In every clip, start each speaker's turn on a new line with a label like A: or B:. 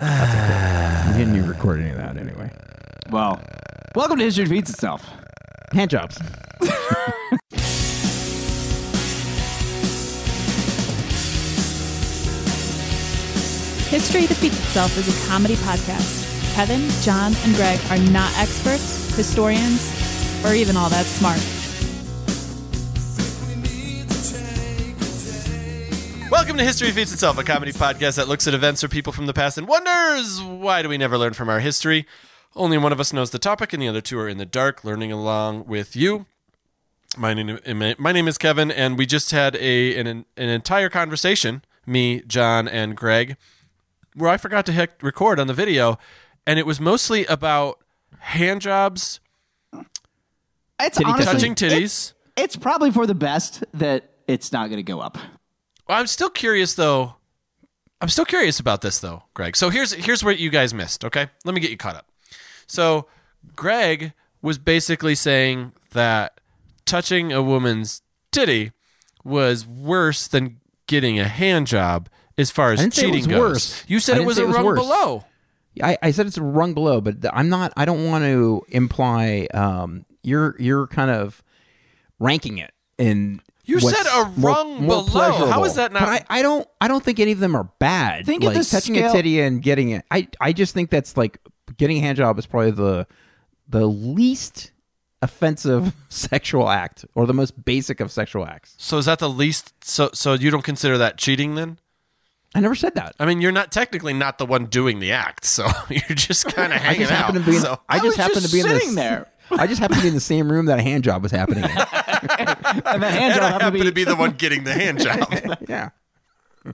A: You didn't you record any of that anyway?
B: Well, welcome to History Repeats Itself.
A: Hand jobs.
C: History Defeats Itself is a comedy podcast. Kevin, John, and Greg are not experts, historians, or even all that smart.
D: Welcome to History Feeds Itself, a comedy podcast that looks at events or people from the past and wonders why do we never learn from our history? Only one of us knows the topic, and the other two are in the dark, learning along with you. My name, my name is Kevin, and we just had a an, an entire conversation, me, John, and Greg, where I forgot to hit record on the video, and it was mostly about hand jobs,
B: It's
A: Titty
B: honestly,
A: touching.
D: touching titties.
B: it- it's probably for the best that it's not going to go up.
D: I'm still curious though. I'm still curious about this though, Greg. So here's here's what you guys missed, okay? Let me get you caught up. So Greg was basically saying that touching a woman's titty was worse than getting a hand job as far as
A: I didn't say it
D: cheating
A: was
D: goes.
A: worse.
D: You
A: I
D: said it
A: didn't
D: was
A: say
D: a
A: it was
D: rung
A: worse.
D: below.
A: I, I said it's rung below, but th- I'm not. I don't want to imply um, you're you're kind of ranking it in.
D: You
A: what's
D: said a
A: more-
D: rung below.
A: more
D: How
A: pleasurable.
D: is that not-
A: But I, I don't. I don't think any of them are bad.
B: Think of
A: like,
B: the
A: touching
B: scale-
A: a titty and getting it. I I just think that's like getting a hand job is probably the the least offensive sexual act or the most basic of sexual acts.
D: So is that the least so so you don't consider that cheating then?
A: I never said that.
D: I mean, you're not technically not the one doing the act, so you're just kind of
A: I
D: hanging
A: just
D: out.
A: happened to be. In,
D: so-
A: I
B: I was
A: just happened
B: just
A: to be in
B: sitting
A: this,
B: there.
A: I just happened to be in the same room that a hand job was happening. in.
B: And the hand
D: and I
B: job
D: happen
B: happened
D: to be the one getting the hand job.
A: Yeah.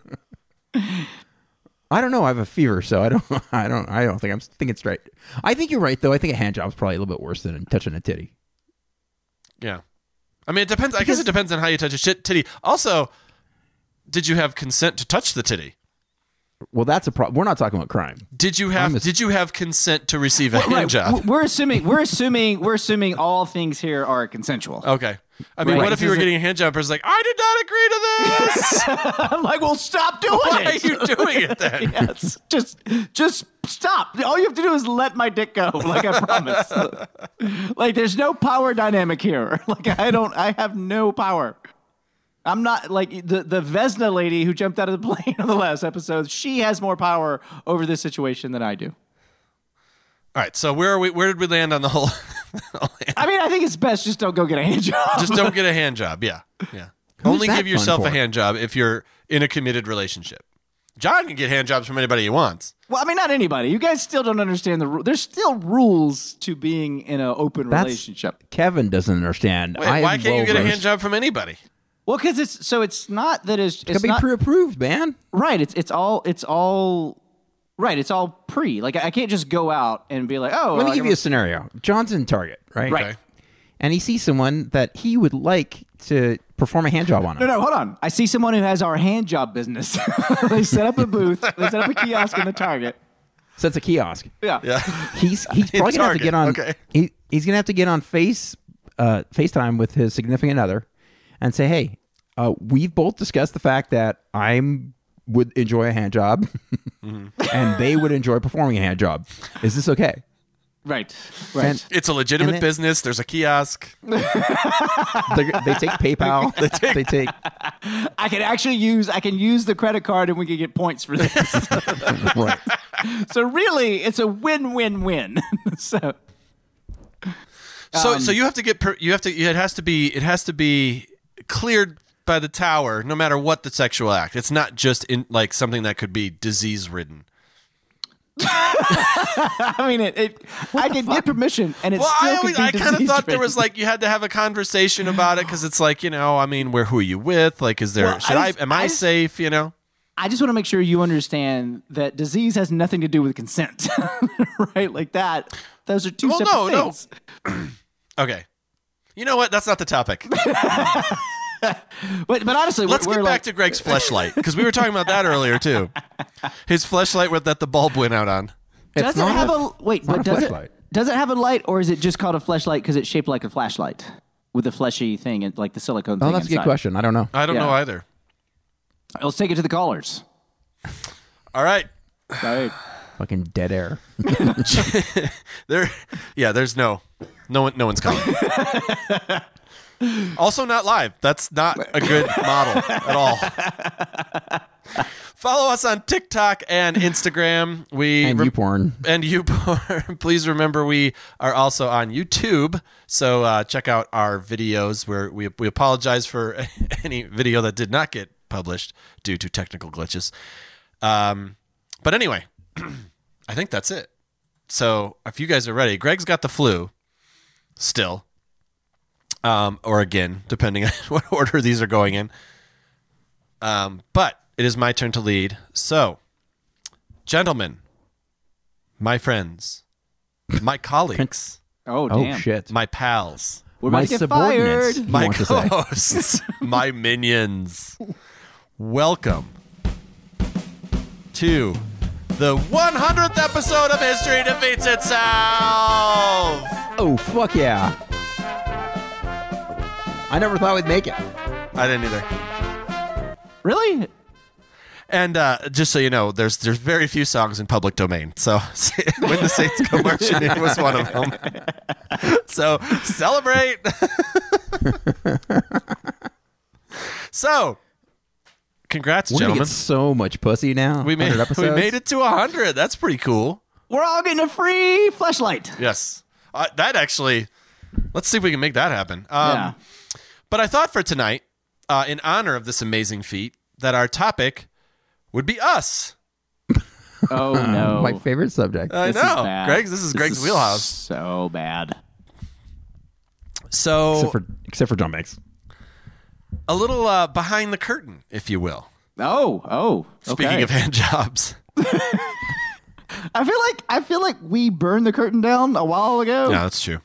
A: I don't know. I have a fever, so I don't. I don't. I don't think I'm thinking straight. I think you're right, though. I think a hand job's probably a little bit worse than touching a titty.
D: yeah, I mean, it depends. I guess it depends on how you touch a shit titty. Also, did you have consent to touch the titty?
A: Well, that's a problem. We're not talking about crime.
D: Did you have
A: I'm a-
D: Did you have consent to receive a hand
B: Right,
D: job?
B: w- We're assuming we're assuming we're assuming all things here are consensual.
D: okay. I mean,
B: Right.
D: what if
B: This
D: you were
B: isn't-
D: getting a hand job? and It's like I did not agree to this.
B: I'm like, well, stop doing
D: Why are
B: it.
D: you doing it then?
B: yes, just just stop. All you have to do is let my dick go, like I promise. like there's no power dynamic here. Like I don't, I have no power. I'm not like the the Vesna lady who jumped out of the plane on the last episode. She has more power over this situation than I do.
D: All right. So where are we? Where did we land on the whole?
B: I mean, I think it's best just don't go get a hand job.
D: Just don't get a hand job. Yeah. Yeah.
A: Who's
D: Only
A: that
D: give
A: fun
D: yourself
A: for?
D: a hand job if you're in a committed relationship. John can get hand jobs from anybody he wants.
B: well, I mean, not anybody. You guys still don't understand the rule. There's still rules to being in an open
A: That's-
B: relationship.
A: Kevin doesn't understand.
D: Wait,
A: I am
D: why can't you get a
A: well-versed.
D: hand job from anybody?
B: Well, because it's so it's not that it's,
A: Gotta
B: it's
A: be
B: not,
A: pre-approved, man.
B: Right. It's it's all it's all right. It's all pre. Like I I can't just go out and be like, oh.
A: Let me
B: like,
A: give
B: I'm-
A: you a scenario. John's in Target, right?
B: Right.
D: Okay.
A: And he sees someone that he would like to perform a hand job on. Him.
B: No, no, hold on. I see someone who has our hand job business. they set up a booth. They set up a kiosk in the Target.
A: So it's a kiosk.
B: Yeah.
D: Yeah.
A: He's he's probably gonna have
D: Target,
A: to get on.
D: okay.
A: He, he's gonna have to get on face uh, FaceTime with his significant other, and say, "Hey, uh, we've both discussed the fact that I'm would enjoy a hand job, Mm-hmm. and they would enjoy performing a hand job. Is this okay?"
B: Right. Right.
A: And-
D: It's a legitimate
A: And it-
D: business. There's a kiosk.
A: They, they take PayPal. they take. They take.
B: I can actually use I can use the credit card and we can get points for this.
A: Right.
B: so really, it's a win-win-win. so
D: So
B: Um,
D: so you have to get per, you have to it has to be it has to be cleared by the tower no matter what the sexual act. It's not just in like something that could be disease ridden.
B: I mean, it. it I can get permission, and it's
D: Well,
B: still
D: I always, I kind of thought there was
B: like.
D: like you had to have a conversation about it because it's like you know I mean where who are you with like is there
B: Well,
D: should
B: I
D: I,
B: just-
D: am I,
B: I just-
D: safe you know
B: I just want to make sure you understand that disease has nothing to do with consent, right? Like that. Those are two
D: Well,
B: separate
D: no, no.
B: things.
D: okay you know what that's not the topic
B: But but honestly,
D: let's
B: we're,
D: get
B: we're
D: back
B: like,
D: to Greg's fleshlight because we were talking about that earlier too his fleshlight with that the bulb went out on
A: It's
B: does it
A: not
B: have
A: a-
B: a, wait?
A: it's not
B: But
A: a
B: does
A: fleshlight.
B: it does it have a light, or is it just called a flashlight because it's shaped like a flashlight with a fleshy thing and like the silicone
A: Oh,
B: thing?
A: that's a good
B: inside?
A: question. I don't know.
D: I don't
B: Yeah.
D: know either
B: Let's take it to the callers.
D: all right
B: Right.
A: Fucking dead air.
D: There, yeah. There's no, no one, no one's coming. also, not live. That's not a good model at all. Follow us on TikTok and Instagram. We
A: And
D: re-
A: you porn.
D: and you please remember we are also on youtube so uh, check out our videos where we, we apologize for any video that did not get published due to technical glitches um, but anyway i think that's it so if you guys are ready greg's got the flu still um, or again depending on what order these are going in um, but it is my turn to lead so gentlemen my friends, my colleagues,
B: Oh,
A: Oh
B: damn.
A: shit.
D: my pals,
B: We're
A: My
B: about to get
A: subordinates.
B: fired.
A: He
D: my
A: wants to say.
D: co-hosts, my minions. Welcome to the 100th episode of History Defeats Itself.
A: Oh fuck yeah. I never thought we'd make it.
D: I didn't either.
B: Really?
D: And uh, just so you know, there's there's very few songs in public domain. So when the Saints go marching in was one of them. So celebrate. so, congrats,
A: We're gonna
D: gentlemen.
A: get so much pussy now.
D: We made
A: 100 episodes.
D: we made it to hundred. That's pretty cool.
B: We're all getting a free flashlight.
D: Yes, uh, that actually. Let's see if we can make that happen. Um,
B: yeah.
D: But I thought for tonight, uh, in honor of this amazing feat, that our topic would be us.
B: Oh no.
A: My favorite subject.
D: I
B: This is
D: know,
B: bad.
D: Greg's. This is Greg's wheelhouse.
B: So bad.
D: So
A: except for except for John Banks.
D: a little uh, behind the curtain, if you will.
B: Oh, oh.
D: Speaking
B: okay.
D: of hand jobs,
B: I feel like I feel like we burned the curtain down a while ago.
D: no, that's true.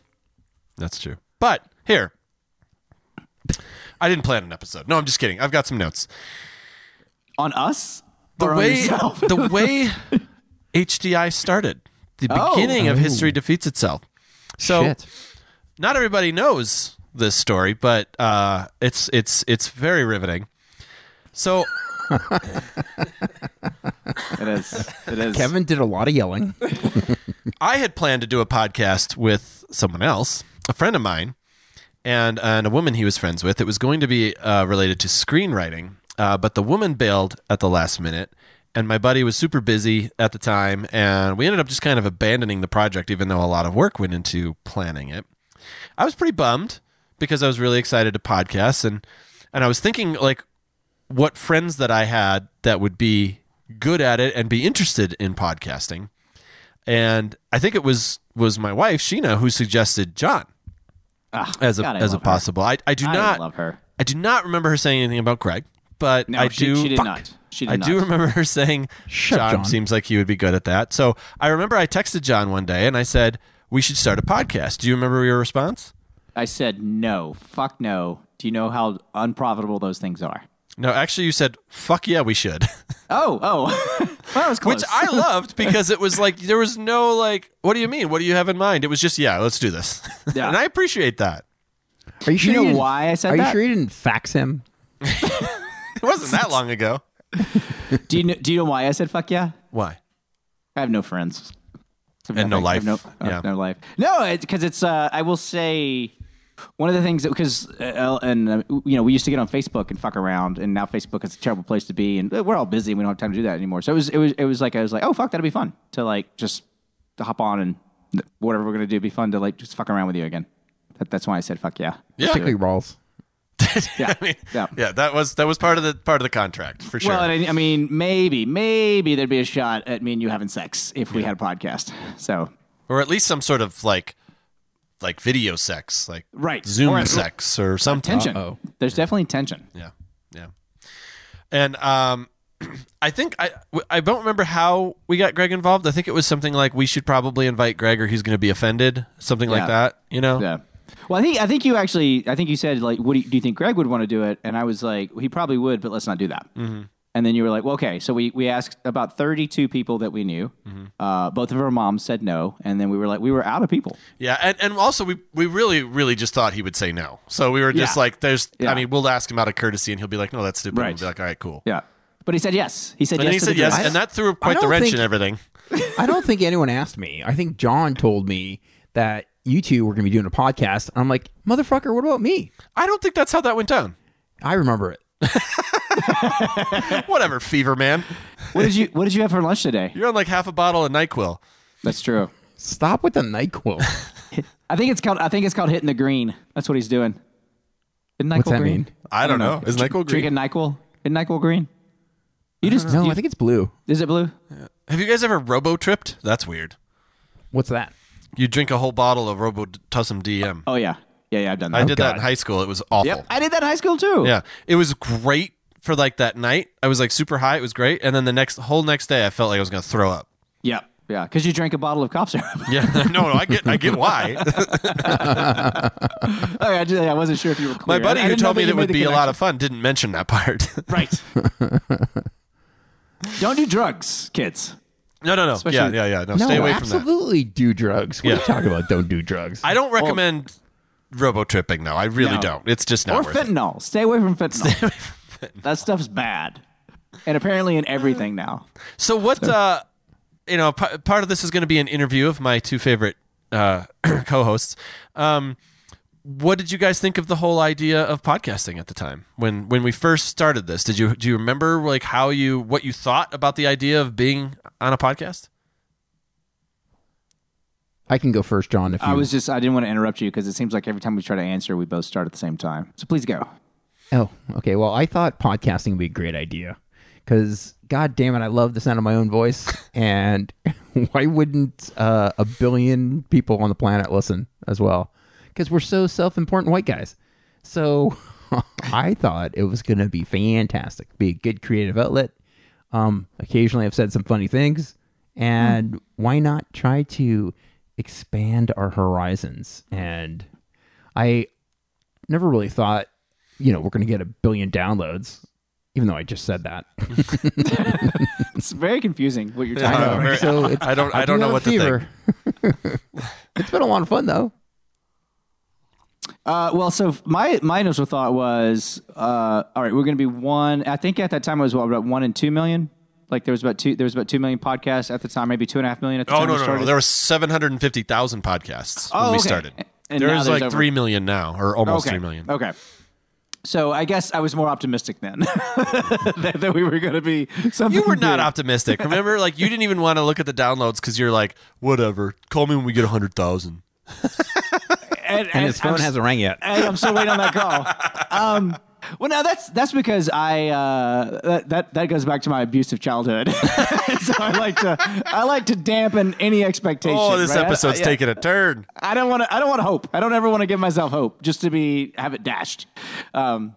D: That's true. But here, I didn't plan an episode. No, I'm just kidding. I've got some notes.
B: On us?
D: The
B: or on
D: way
B: yourself?
D: the way HDI started, the
B: Oh.
D: beginning of history defeats itself. So
A: Shit.
D: not everybody knows this story, but uh, it's it's it's very riveting. So
B: it is. It is.
A: Kevin did a lot of yelling.
D: I had planned to do a podcast with someone else, a friend of mine, and and a woman he was friends with. It was going to be uh, related to screenwriting, uh, but the woman bailed at the last minute, and my buddy was super busy at the time, and we ended up just kind of abandoning the project, even though a lot of work went into planning it. I was pretty bummed because I was really excited to podcast, and and I was thinking like what friends that I had that would be good at it and be interested in podcasting and I think it was was my wife Sheena who suggested John
B: Ah,
D: as a
B: God, I
D: as a
B: love her.
D: possible. I, I do
B: I
D: not
B: love her.
D: I do not remember her saying anything about Greg, but
B: No,
D: I
B: she-
D: do
B: she did
D: fuck.
B: not. She did
D: I do
B: not.
D: remember her saying
A: Shut up,
D: John,
A: John."
D: seems like he would be good at that. So I remember I texted John one day and I said we should start a podcast. Do you remember your response?
B: I said no. Fuck no. Do you know how unprofitable those things are?
D: No, actually, you said fuck yeah, we should,
B: Oh, oh. well, that was close.
D: which I loved because it was like there was no like what do you mean? What do you have in mind? It was just yeah, let's do this,
B: Yeah.
D: and I appreciate that.
A: Are you sure
B: know
A: didn't-
B: why I said
A: Are you
B: that?
A: sure you didn't fax him?
D: It wasn't that long ago.
B: do you know, do you know why I said fuck yeah?
D: Why?
B: I have no friends.
D: And no
B: I have
D: life.
B: No, I have
D: Yeah.
B: no life. No, because it's. Uh, I will say one of the things that because uh, and uh, you know we used to get on Facebook and fuck around, and now Facebook is a terrible place to be, and uh, we're all busy. and We don't have time to do that anymore. So it was. It was. It was like I was like, oh fuck, that'll be fun to like just to hop on and th- whatever we're gonna do be fun to like just fuck around with you again. That, that's why I said fuck yeah.
D: Yeah.
A: Particularly Rawls.
D: yeah, I mean, yeah.
B: yeah.
D: that was that was part of the part of the contract for sure.
B: Well, and I, I mean, maybe, maybe there'd be a shot at me and you having sex if we had a podcast. So
D: or at least some sort of like like video sex, like
B: Right.
D: Zoom
B: Or-
D: sex or something.
B: tension. There's definitely tension.
D: Yeah, yeah. And um, I think I I don't remember how we got Greg involved. I think it was something like we should probably invite Greg or he's going to be offended, something
B: Yeah.
D: like that. You know?
B: Yeah. Well, I think I think you actually I think you said like, what do you, do you think Greg would want to do it? And I was like, he probably would, but let's not do that.
D: Mm-hmm.
B: And then you were like, well, okay. So we we asked about 32 people that we knew.
D: Mm-hmm.
B: Uh, both of our moms said no, and then we were like, we were out of people.
D: Yeah, and, and also we we really really just thought he would say no, so we were just
B: Yeah.
D: like, "There's," I
B: Yeah.
D: mean, we'll ask him out of courtesy, and he'll be like, "No, that's stupid." And
B: Right.
D: we'll be like, "All right, cool."
B: Yeah. But he said yes. He said
D: And
B: yes.
D: he
B: to
D: said
B: the
D: yes,
B: deal.
D: and that threw quite the
A: don't
D: wrench
A: think-
D: in everything.
A: I don't think anyone asked me. I think John told me that you two were going to be doing a podcast. And I'm like, motherfucker, what about me?
D: I don't think that's how that went down.
A: I remember it.
D: Whatever, fever man.
E: What did you What did you have for lunch today?
D: You're on like half a bottle of NyQuil.
E: That's true.
A: Stop with the NyQuil.
E: I think it's called I think it's called hitting the green. That's what he's doing. Isn't NyQuil
A: What's that
E: green?
A: mean?
D: I don't know. Is NyQuil green?
E: Drinking NyQuil? Isn't NyQuil green? You just
A: No,
E: you-
A: I think it's blue.
E: is it blue?
D: Have you guys ever robo tripped? That's weird.
A: What's that?
D: You drink a whole bottle of Robotussin DM.
E: Oh yeah, yeah, yeah. I've done that.
D: I did that in high school. It was awful.
E: Yep, I did that in high school too.
D: Yeah, it was great for like that night. I was like super high. It was great, and then the next whole next day, I felt like I was gonna throw up.
E: yep, yeah. Because you drank a bottle of cough syrup.
D: Yeah, no, no, I get, I get why.
E: oh, yeah, I, did- I wasn't sure if you were.
D: My
E: Clear.
D: buddy
E: I- I
D: who
E: didn't know
D: told me
E: you
D: that it
E: made
D: would
E: the
D: be a
E: connection.
D: lot of fun didn't mention that part.
E: Right. Don't do drugs, kids.
D: no, no, no. yeah, yeah, yeah. No,
A: No,
D: stay away from that.
A: absolutely do drugs. What are you talking about? Don't do drugs.
D: I don't recommend robo tripping though. I really
E: No.
D: don't. It's just not
E: Or
D: worth it.
E: fentanyl. Stay away from fentanyl. That stuff's bad. And apparently in everything now.
D: So what? Uh, you know, p- part of this is going to be an interview of my two favorite uh, co-hosts. Um, what did you guys think of the whole idea of podcasting at the time when when we first started this? Did you do you remember like how you what you thought about the idea of being on a podcast?
A: I can go first, John. If you,
E: I was just I didn't want to interrupt you because it seems like every time we try to answer, we both start at the same time. So please go.
A: Oh, okay. Well, I thought podcasting would be a great idea because, god damn it, I love the sound of my own voice. and why wouldn't uh, a billion people on the planet listen as well? Because we're so self important white guys. So I thought it was going to be fantastic, be a good creative outlet. Um, occasionally, I've said some funny things. And why not try to expand our horizons? And I never really thought, you know, we're going to get a billion downloads, even though I just said that.
E: It's very confusing what you're talking about.
D: Oh, Very-
A: so it's,
D: I don't- I don't
A: do
D: know
A: have a
D: what to think.
A: fever. it's been a lot of fun, though.
E: Uh, well, so my my initial thought was, uh, all right, we're going to be one. I think at that time it was what, about one and two million. Like there was about two there was about two million podcasts at the time, maybe two and a half million at the
D: Oh
E: time.
D: no,
E: we
D: no, no,
E: started.
D: There were seven hundred and fifty thousand podcasts
E: Oh,
D: when we
E: okay.
D: started.
E: And now
D: there's
E: there's
D: like
E: over-
D: three million now, or almost
E: okay.
D: three million.
E: Okay. So I guess I was more optimistic then that, that we were going to be something.
D: You were not
E: big.
D: optimistic. Remember, like you didn't even want to look at the downloads because you're like, whatever. Call me when we get hundred thousand.
E: and,
A: And his phone
E: I'm,
A: hasn't rang yet.
E: and I'm still waiting on that call. Um, well, now that's that's because I uh, that, that that goes back to my abusive childhood. so I like to I like to dampen any expectation.
D: Oh, this
E: right? I-
D: episode's
E: I, yeah.
D: taking a turn.
E: I don't want to. I don't want to hope. I don't ever want to give myself hope just to be have it dashed. Um,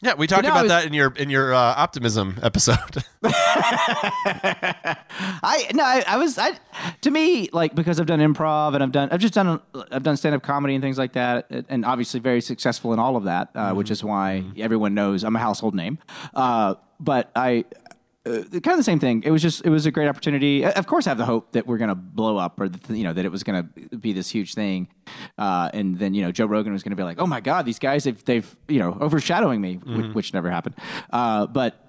D: Yeah, we talked
E: now
D: about
E: it's-
D: that in your in your uh, optimism episode.
E: I no, I, I was I to me like because I've done improv and I've done I've just done I've done stand up comedy and things like that, and obviously very successful in all of that, uh, which is why everyone knows I'm a household name. Uh, but I. Uh, kind of the same thing. It was just it was a great opportunity. Uh, Of course, I have the hope that we're going to blow up, or that, you know that it was going to be this huge thing, uh, and then you know Joe Rogan was going to be like, "Oh my God, these guys they've they've you know overshadowing me," which, which never happened. Uh, but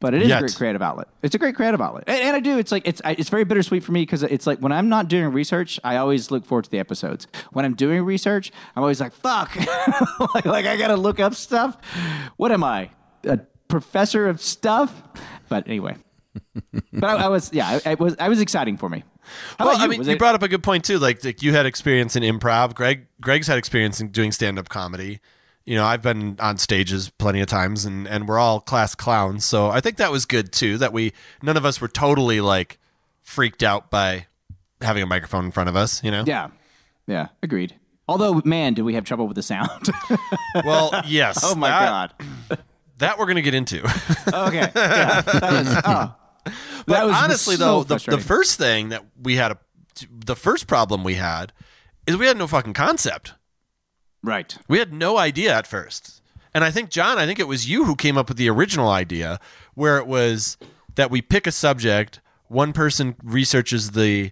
E: but it is
D: Mm-hmm. Yet.
E: a great creative outlet. It's a great creative outlet, and, and I do. It's like it's I- it's very bittersweet for me because it's like when I'm not doing research, I always look forward to the episodes. When I'm doing research, I'm always like, "Fuck!" like, like I gotta look up stuff. What am I, a professor of stuff? But anyway, but I, I was yeah, I, I was I was exciting for me. How
D: well,
E: about
D: I mean,
E: Was
D: you
E: it-
D: brought up a good point too. Like, like you had experience in improv. Greg Greg's had experience in doing stand up comedy. You know, I've been on stages plenty of times, and and we're all class clowns. So I think that was good too. That we none of us were totally like freaked out by having a microphone in front of us. You know.
E: yeah, yeah, agreed. Although, man, do we have trouble with the sound?
D: Well, yes.
E: oh my
D: that-
E: god.
D: That we're gonna get into.
E: Okay. Yeah, that was, oh.
D: But honestly, though,
E: so
D: the, the
E: frustrating.
D: first thing that we had, a, the first problem we had, is we had no fucking concept.
E: right.
D: We had no idea at first. And I think, John, I think it was you who came up with the original idea where it was that we pick a subject, one person researches the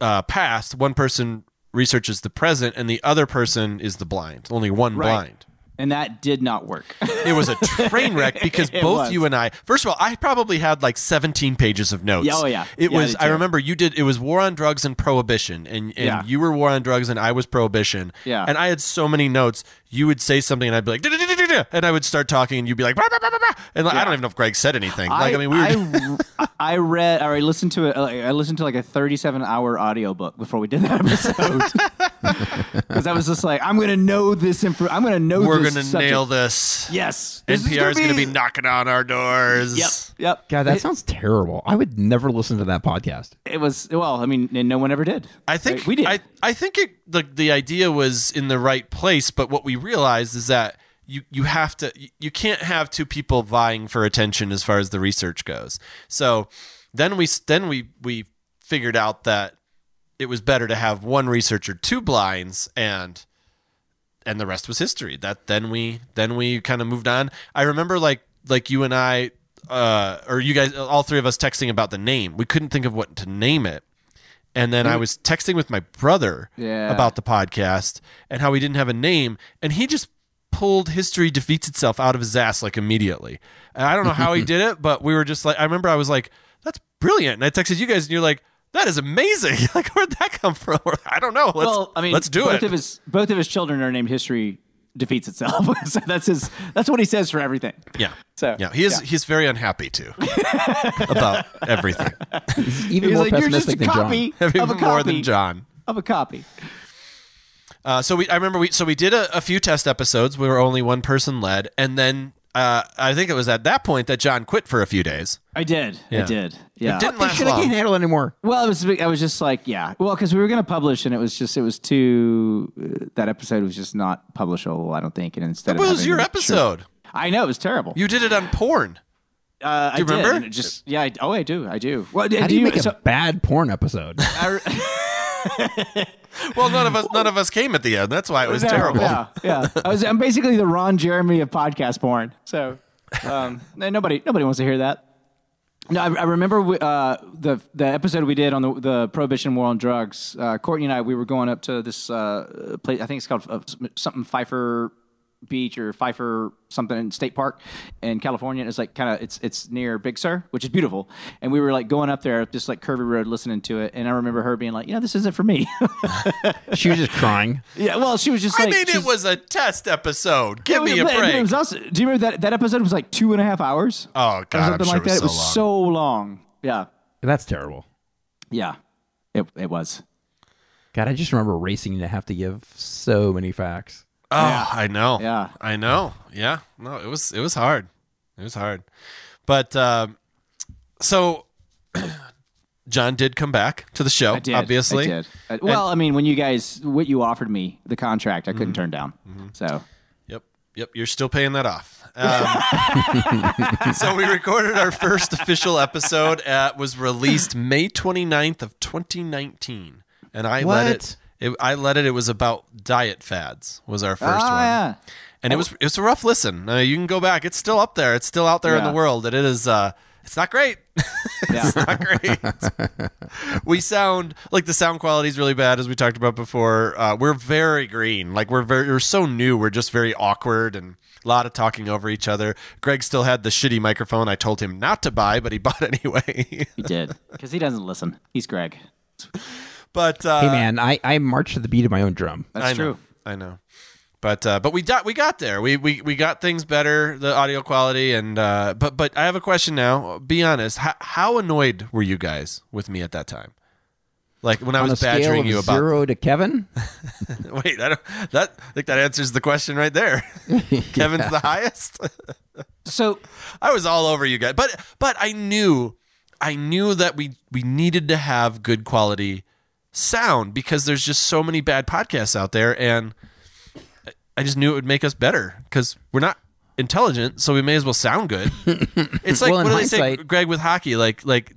D: uh, past, one person researches the present, and the other person is the blind. Only one
E: Right.
D: blind.
E: and that did not work.
D: It was a train wreck because
E: It
D: both
E: was.
D: you and I. First of all, I probably had like 17 pages of notes.
E: Yeah, oh, yeah.
D: It
E: Yeah, I
D: was.
E: did
D: I
E: too.
D: remember you did. It was war on drugs and prohibition, and and
E: Yeah.
D: you were war on drugs and I was prohibition.
E: Yeah.
D: And I had so many notes. You would say something and I'd be like, "Da-da-da-da-da," and I would start talking and you'd be like, "Bah, bah, bah, bah, bah." and like, I don't even know if Greg said anything. Like I mean, we were.
E: I, I read, or I listened to it. I listened to like a 37 hour audiobook before we did that episode. Because I was just like, I'm going to know this info. I'm going to know
D: we're
E: this
D: gonna
E: subject.
D: nail this.
E: Yes. This
D: NPR is gonna be knocking on our doors.
E: Yep. Yep.
A: God, that sounds terrible. I would never listen to that podcast.
E: It was, well, I mean, and no one ever did.
D: I think
E: Right? we did.
D: I, I think it the the idea was in the right place, but what we realized is that you you have to you- you can't have two people vying for attention as far as the research goes. So then we s- then we we figured out that it was better to have one researcher, two blinds, and and the rest was history. That then we then we kind of moved on. I remember like like you and I uh or you guys all three of us texting about the name. We couldn't think of what to name it. And then I was texting with my brother
E: Mm. Yeah.
D: about the podcast and how we didn't have a name and he just pulled history defeats itself out of his ass like immediately. And I don't know how he did it, but we were just like I remember I was like that's brilliant. And I texted you guys and you're like that is amazing. Like where'd that come from? I don't know. Let's
E: well, I mean,
D: let's do
E: both
D: it.
E: Of his, both of his children are named History Defeats Itself. so that's his, that's what he says for everything.
D: Yeah.
E: So,
D: yeah, he is. He's very unhappy too about everything.
A: Even
E: He's
A: more
E: like, you're just a
A: pessimistic than John.
E: copy of a
D: Even
E: copy
D: more than John.
E: of a copy.
D: Uh, so we, I remember we, so we did a, a few test episodes. We were only one person led, and then uh, I think it was at that point that John quit for a few days.
E: I did. I did. Yeah.
D: didn't
A: This
D: last
A: shit I
D: long.
A: can't handle anymore.
E: Well, it was. I was just like, yeah. Well, because we were going to publish, and it was just, it was too. uh, That episode was just not publishable. I don't think. And instead,
D: It
E: of
D: was
E: having
D: your
E: it-
D: episode.
E: I know it was terrible.
D: You did it on porn.
E: uh, I
D: you
E: did,
D: remember?
E: and it just yeah. I, oh, I do. I do. Well,
A: How do you make a bad porn episode?
D: Well, none of us, none of us came at the end. That's why it was
E: No,
D: terrible.
E: Yeah, yeah. I was, I'm basically the Ron Jeremy of podcast porn. So um, no- nobody, nobody wants to hear that. No, I, I remember we, uh, the the episode we did on the, the prohibition war on drugs. Uh, Courtney and I, we were going up to this uh, place. I think it's called uh, something Pfeiffer Beach or Pfeiffer something in State Park in California. It's like kind of it's it's near Big Sur, which is beautiful. And we were like going up there, just like curvy road, listening to it. And I remember her being like, "You know, this isn't for me."
A: she was just crying.
E: yeah. Well, she was just
D: I
E: like,
D: mean,
E: she's-
D: it was a test episode. Give
E: It was-
D: me a
E: but- but It
D: break.
E: was also, do you remember that that episode was like two and a half hours?
D: Oh, God,
E: or
D: I'm
E: something
D: sure
E: like
D: it was
E: that.
D: so
E: so long. Yeah,
A: That's terrible.
E: yeah, it it was.
A: God, I just remember racing to have to give so many facts.
D: Oh, I know.
E: Yeah.
D: I know. Yeah. No, it was it was hard. It was hard. But um, so John did come back to the show,
E: I did.
D: obviously.
E: I did. I- well, I mean, when you guys what you offered me the contract, I couldn't
D: Mm-hmm.
E: turn down. So
D: Yep. Yep. You're still paying that off. Um, so we recorded our first official episode at was released May 29th of 2019. And I let it, it I let it it was about diet fads was our first one.
E: Ah, yeah.
D: and it was it's a rough listen. Uh, you can go back; it's still up there. It's still out there in the
E: Yeah.
D: world, and it is. Uh, it's not great. it's not great. we sound like the sound quality is really bad, as we talked about before. Uh, we're very green. Like we're very we're so new. We're just very awkward and a lot of talking over each other. Greg still had the shitty microphone I told him not to buy, but he bought anyway.
E: he did because he doesn't listen. He's Greg.
D: but uh,
A: Hey, man, I, I march to the beat of my own drum.
E: That's
D: I
E: true.
D: Know. I know. But uh, but we got we got there. We, we we got things better, the audio quality, and uh, but but I have a question now. Be honest, how, how annoyed were you guys with me at that time? Like when I
A: On a
D: was
A: scale
D: badgering
A: of
D: you about
A: zero to Kevin,
D: wait, I don't, that I think that answers the question right there. Kevin's the highest.
E: So
D: I was all over you guys, but but I knew I knew that we we needed to have good quality sound because there's just so many bad podcasts out there, and I- I just knew it would make us better because we're not intelligent, so we may as well sound good. It's like
A: Well, in
D: what do they say,
A: hindsight-
D: Greg, with hockey? Like like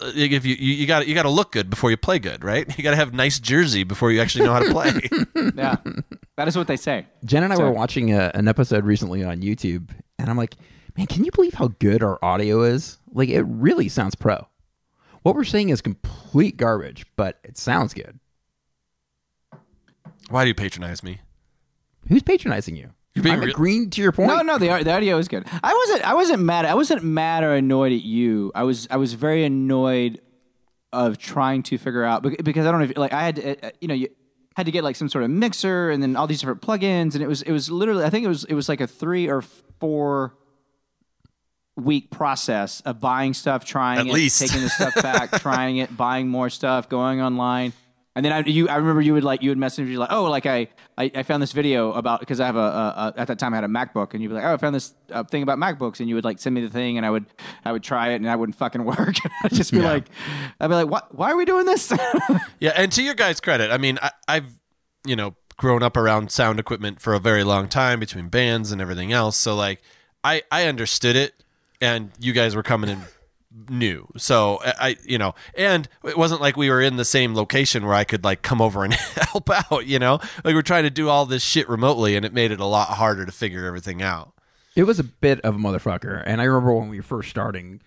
D: uh, if you you got you got to look good before you play good, right? You got to have nice jersey before you actually know how to play.
E: yeah, that is what they say.
A: Jen and I were watching a, an episode recently on YouTube, and I'm like, man, can you believe how good our audio is? Like, it really sounds pro. What we're saying is complete garbage, but it sounds good.
D: Why do you patronize me?
A: Who's patronizing you?
D: You're being
A: I'm
D: real.
A: agreeing to your point.
E: No, no, the, au- the audio is good. I wasn't I wasn't mad. I wasn't mad or annoyed at you. I was I was very annoyed of trying to figure out bec- because I don't know if like I had to, uh, you know you had to get like some sort of mixer and then all these different plugins and it was it was literally I think it was it was like a 3 or 4 week process of buying stuff, trying
D: At
E: it,
D: least.
E: taking the stuff back, trying it, buying more stuff, going online. And then I, you, I remember you would like you would message me like, oh, like I, I, I found this video about because I have a, a, a at that time I had a MacBook and you'd be like, oh, I found this uh, thing about MacBooks and you would like send me the thing and I would I would try it and I wouldn't fucking work. I'd just be like, I'd be like, what? Why are we doing this?
D: Yeah, and to your guys' credit, I mean, I, I've you know grown up around sound equipment for a very long time between bands and everything else, so like I I understood it, and you guys were coming in new, so I I- you know, and it wasn't like we were in the same location where I could like come over and help out, you know, like we're trying to do all this shit remotely, and it made it a lot harder to figure everything out.
A: It was a bit of a motherfucker, and I remember when we were first starting,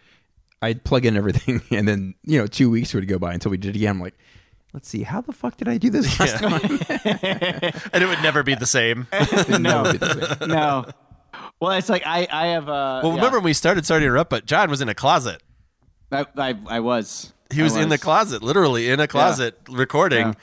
A: I'd plug in everything, and then you know two weeks would go by until we did it again. I'm like, let's see, how the fuck did I do this last time?
D: And it would never be the same.
A: no,
E: no. Well, it's like I, I have. Uh,
D: Well,
E: yeah.
D: remember when we started Sorry to Interrupt, but John was in a closet.
E: I, I, I was.
D: He
E: I
D: was, in the closet, literally in a closet recording.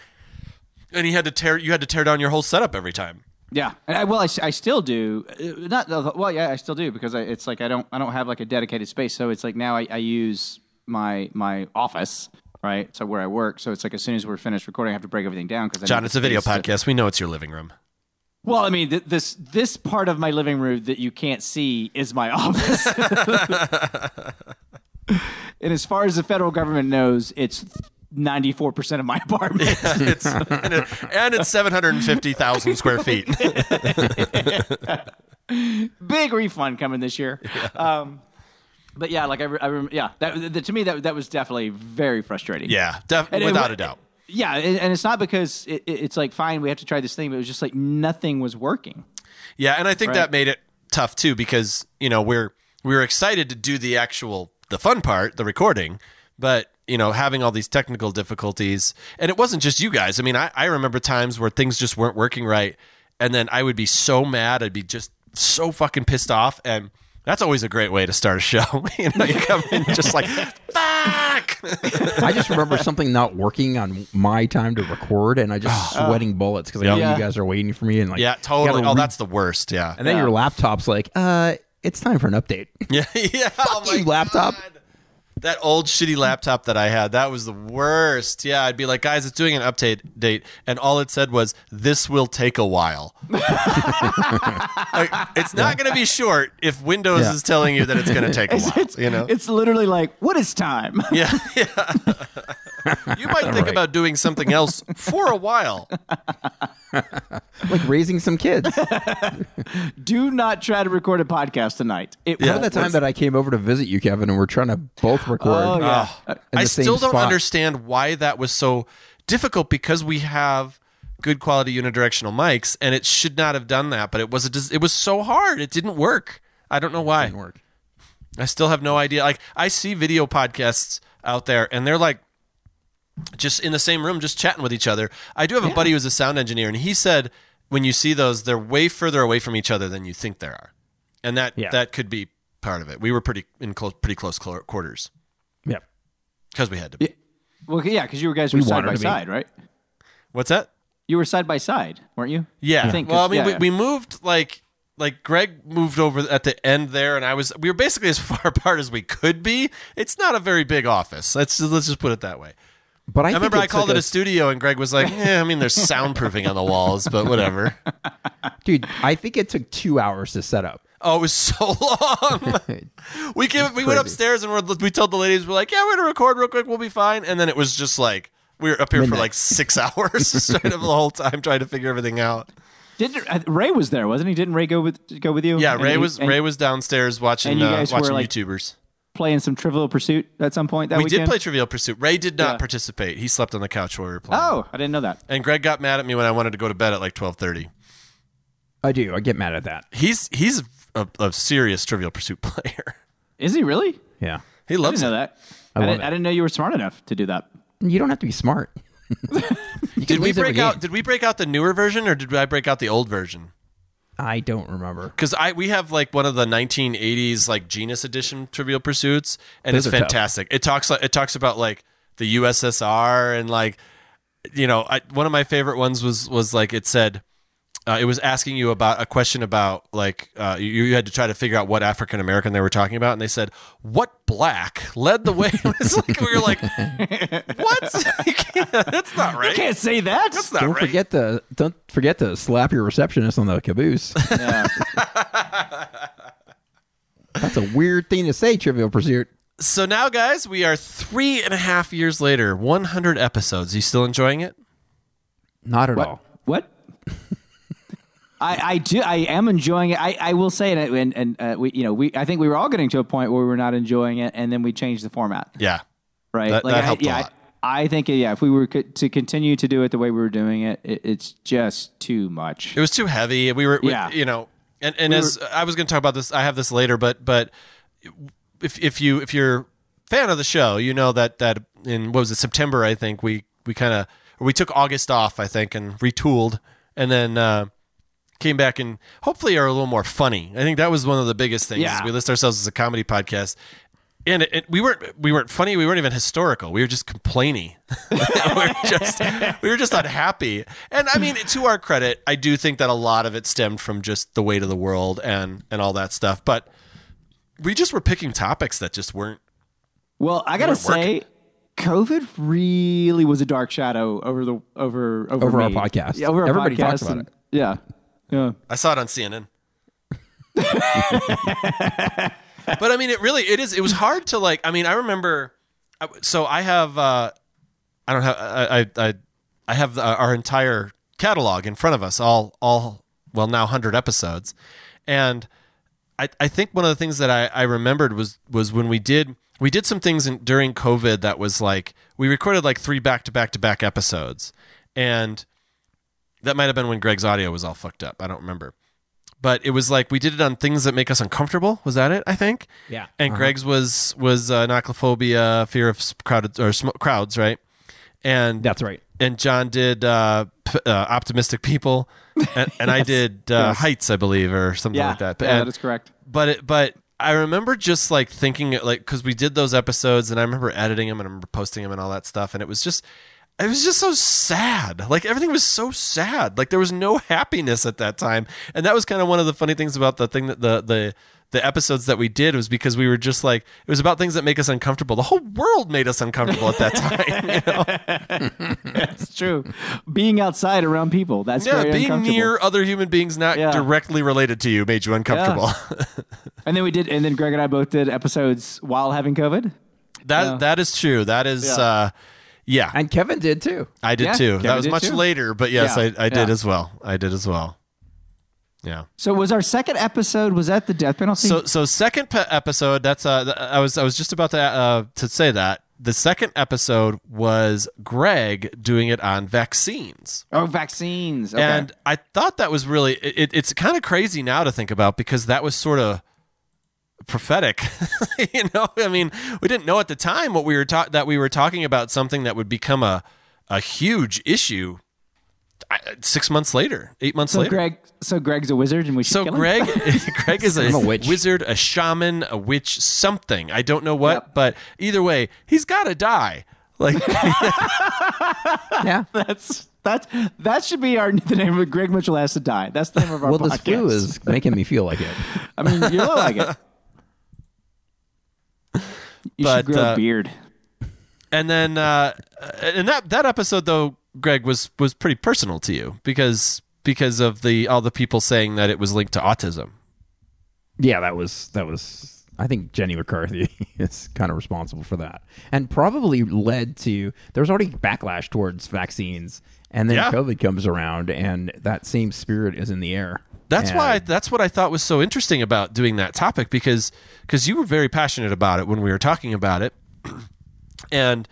D: And he had to tear you had to tear down your whole setup every time.
E: Yeah, and I, well, I, s- I still do. Uh, Not uh, well, yeah, I still do because I, it's like I don't I don't have like a dedicated space, so it's like now I, I use my my office, right? So where I work. So it's like as soon as we're finished recording, I have to break everything down because
D: John, it's a video podcast. We know it's your living room.
E: Well, I mean, th- this this part of my living room that you can't see is my office. and as far as the federal government knows, it's ninety four percent of my apartment.
D: it's and, it- and it's 750,000 square feet.
E: big refund coming this year. Um, but yeah, like I, re- I rem- yeah, that, that, to me that that was definitely very frustrating.
D: yeah, def-
E: And it
D: without
E: wa-
D: a doubt.
E: Yeah, and, and it's not because it, it- it's like fine, we have to try this thing, but it was just like nothing was working.
D: Yeah, and I think that
E: Right.
D: made it tough too because you know we're we were excited to do the actual the fun part, the recording, but you know having all these technical difficulties, and it wasn't just you guys. I mean, I, I remember times where things just weren't working right, and then I would be so mad, I'd be just so fucking pissed off, and that's always a great way to start a show. you know, you come in just like fuck.
A: I just remember something not working on my time to record, and I just sweating bullets because I know
E: Yeah.
A: you guys are waiting for me, and like
D: yeah,
A: you
D: totally.
A: gotta
D: Oh,
A: re-
D: that's the worst. Yeah,
A: and then your laptop's like, uh, it's time for an update.
D: yeah, yeah. oh my
A: you, laptop.
D: God. That old shitty laptop that I had, that was the worst. Yeah, I'd be like, guys, it's doing an update date, and all it said was, "This will take a while." Like, it's not going to be short if Windows
A: Yeah.
D: is telling you that it's going to take a while. you know,
E: It's literally like, what is time?
D: yeah, yeah. you might think about doing something else for a while.
A: like raising some kids.
E: Do not try to record a podcast tonight. It
D: Yeah.
A: Remember that time that I came over to visit you, Kevin, and we're trying to both record.
E: Oh, yeah.
D: Ugh. Uh,
A: in
D: I
A: the same
D: still don't
A: spot.
D: understand why that was so difficult because we have good quality unidirectional mics and it should not have done that, but it was a dis- it was so hard. It didn't work. I don't know why.
A: Didn't work.
D: I still have no idea. Like I see video podcasts out there and they're like just in the same room just chatting with each other. I do have a buddy who's a sound engineer and he said when you see those they're way further away from each other than you think they are. And that
A: Yeah.
D: that could be part of it. We were pretty in close pretty close clo- quarters
A: Yeah.
D: because we had to be.
E: Well, yeah, because you guys were side
A: wanted
E: by
A: to be.
E: side, right?
D: What's that?
E: You were side by side, weren't you?
D: Yeah.
E: I think
D: well, I
E: 'cause-
D: mean,
E: yeah,
D: we,
E: yeah.
D: we moved like like Greg moved over at the end there, and I was we were basically as far apart as we could be. It's not a very big office. Let's just, let's just put it that way.
A: But I,
D: I,
A: think
D: remember I
A: it's
D: called
A: like
D: it
A: a-
D: a studio, and Greg was like, "Yeah, I mean, there's soundproofing on the walls, but whatever."
A: Dude, I think it took two hours to set up.
D: Oh, it was so long. we came, we went
A: crazy.
D: upstairs and we're, we told the ladies, we're like, "Yeah, we're gonna record real quick. We'll be fine." And then it was just like we were up here for
A: Midnight.
D: like six hours straight of the whole time trying to figure everything out.
E: Didn't uh, Ray was there, wasn't he? Didn't Ray go with go with you?
D: Yeah,
E: And
D: Ray
E: you-
D: was
E: and
D: Ray was downstairs watching
E: and you
D: uh,
E: guys were,
D: watching
E: like,
D: YouTubers.
E: playing some Trivial Pursuit at some point that
D: We
E: weekend.
D: did play Trivial Pursuit. Ray did not
E: Yeah.
D: participate. He slept on the couch while we were playing.
E: Oh, I didn't know that.
D: And Greg got mad at me when I wanted to go to bed at like twelve thirty.
A: I do. I get mad at that.
D: He's he's a, a serious Trivial Pursuit player.
E: Is he really?
A: Yeah.
D: He
E: I
D: loves
E: didn't know
D: it.
E: that.
A: I
E: I,
A: love
E: didn't,
A: it.
E: I didn't know you were smart enough to do that.
A: You don't have to be smart. You can
D: Did we
A: lose every
D: break out?
A: game.
D: Did we break out the newer version or did I break out the old version?
A: I don't remember.
D: because I we have like one of the 1980s like Genius Edition Trivial Pursuits, and
A: Those
D: it's
A: are tough.
D: fantastic. It talks like it talks about like the USSR and like you know I, one of my favorite ones was was like it said. Uh, it was asking you about a question about like uh, you, you had to try to figure out what African American they were talking about, and they said what black led the way. it's like we were like, what? You can't- That's not right.
E: Can't say that.
D: That's not
A: Don't
D: right.
A: forget to don't forget to slap your receptionist on the caboose.
E: Yeah.
A: That's a weird thing to say, Trivial Pursuit.
D: So now, guys, we are three and a half years later, 100 episodes. You still enjoying it?
A: Not at
E: What?
A: all.
E: What? I, I do I am enjoying it. I, I will say it, and and uh, we you know we I think we were all getting to a point where we were not enjoying it, and then we changed the format,
D: Yeah.
E: right?
D: That- that
E: I,
D: helped a
E: yeah,
D: lot.
E: I, I think yeah, if we were co- to continue to do it the way we were doing it, it it's just too much.
D: It was too heavy. We were, we-
E: Yeah.
D: you know, and, and as I was going to talk about this, I have this later, but, but if, if you, if you're a fan of the show, you know that, that in, what was it, September, I think we, we kind of, we took August off, I think, and retooled and then, uh, came back and hopefully are a little more funny. I think that was one of the biggest things. is
E: Yeah.
D: We list ourselves as a comedy podcast. And it, it- we weren't we weren't funny. We weren't even historical. We were just complaining. we were just we were just unhappy. And I mean, to our credit, I do think that a lot of it stemmed from just the weight of the world and and all that stuff. But we just were picking topics that just weren't.
E: Well, I gotta
D: weren't working.
E: say, COVID really was a dark shadow over the over over,
A: Over our
E: me.
A: podcast.
E: Yeah, over our
A: Everybody
E: podcast
A: talks about
E: and- Yeah, yeah.
D: I saw it on CNN. but I mean, it really it is. It was hard to like. I mean, I remember. I- So I have. Uh, I don't have. I I I, I have uh, our entire catalog in front of us. All all well now hundred episodes, and I I think one of the things that I I remembered was was when we did. We did some things in, during COVID that was like we recorded like three back to back to back episodes, and that might have been when Greg's audio was all fucked up. I don't remember. But it was like we did it on things that make us uncomfortable. Was that it? I think.
A: Yeah.
D: And
E: Uh-huh.
D: Greg's was was uh, nocophobia, fear of s- crowded or sm- crowds, right? And
A: That's right.
D: and John did uh, p- uh, optimistic people, and, and I did uh, heights, I believe, or something
E: yeah.
D: like that.
E: yeah,
D: And-
E: that is correct.
D: but it, but I remember just like thinking it like because we did those episodes and I remember editing them and I remember posting them and all that stuff and it was just it was just so sad like everything was so sad like there was no happiness at that time and that was kind of one of the funny things about the thing that the the the episodes that we did was because we were just like it was about things that make us uncomfortable the whole world made us uncomfortable at that time you know?
E: It's true. Being outside around people. That's
D: yeah
E: very
D: being
E: uncomfortable.
D: near other human beings not
E: Yeah.
D: directly related to you made you uncomfortable
E: And then we did, and then Greg and I both did episodes while having COVID.
D: that
E: Yeah.
D: that is true that is
E: Yeah.
D: uh yeah
A: And Kevin did too.
D: I did
E: Yeah,
D: too.
E: Kevin
D: that was
E: did
D: much
E: too.
D: later, but yes,
E: Yeah,
D: I, I did
E: yeah.
D: as well. I did as well. Yeah.
E: So was our second episode? Was that the death penalty?
D: So so second pe- episode. That's uh. th- I was I was just about to uh to say that the second episode was Greg doing it on vaccines.
E: oh, vaccines. Okay.
D: And I thought that was really it, it- it's kind of crazy now to think about because that was sort of prophetic. you know, I mean, we didn't know at the time what we were ta- that we were talking about something that would become a a huge issue I, 6 months later, 8 months
E: so
D: later.
E: Greg, so Greg's a wizard, and we should
D: so
E: kill him?
D: Greg Greg is a,
A: a witch.
D: wizard, a shaman, a witch, something. I don't know what,
E: Yep.
D: but either way, he's got to die. Like
A: Yeah.
E: That's that. That should be our the name of it. Greg Mitchell has to die. That's the name of our
A: Well,
E: podcast.
A: this flu is making me feel like it.
E: I mean, you look like it. You
D: But,
E: should grow
D: uh,
E: a beard.
D: and then uh, and that that episode though, Greg was was pretty personal to you because because of the all the people saying that it was linked to autism.
A: Yeah, that was that was. I think Jenny McCarthy is kind of responsible for that, and probably led to there was already backlash towards vaccines, and then
D: Yeah.
A: COVID comes around, and that same spirit is in the air.
D: That's
A: And-
D: why that's what I thought was so interesting about doing that topic because because you were very passionate about it when we were talking about it, and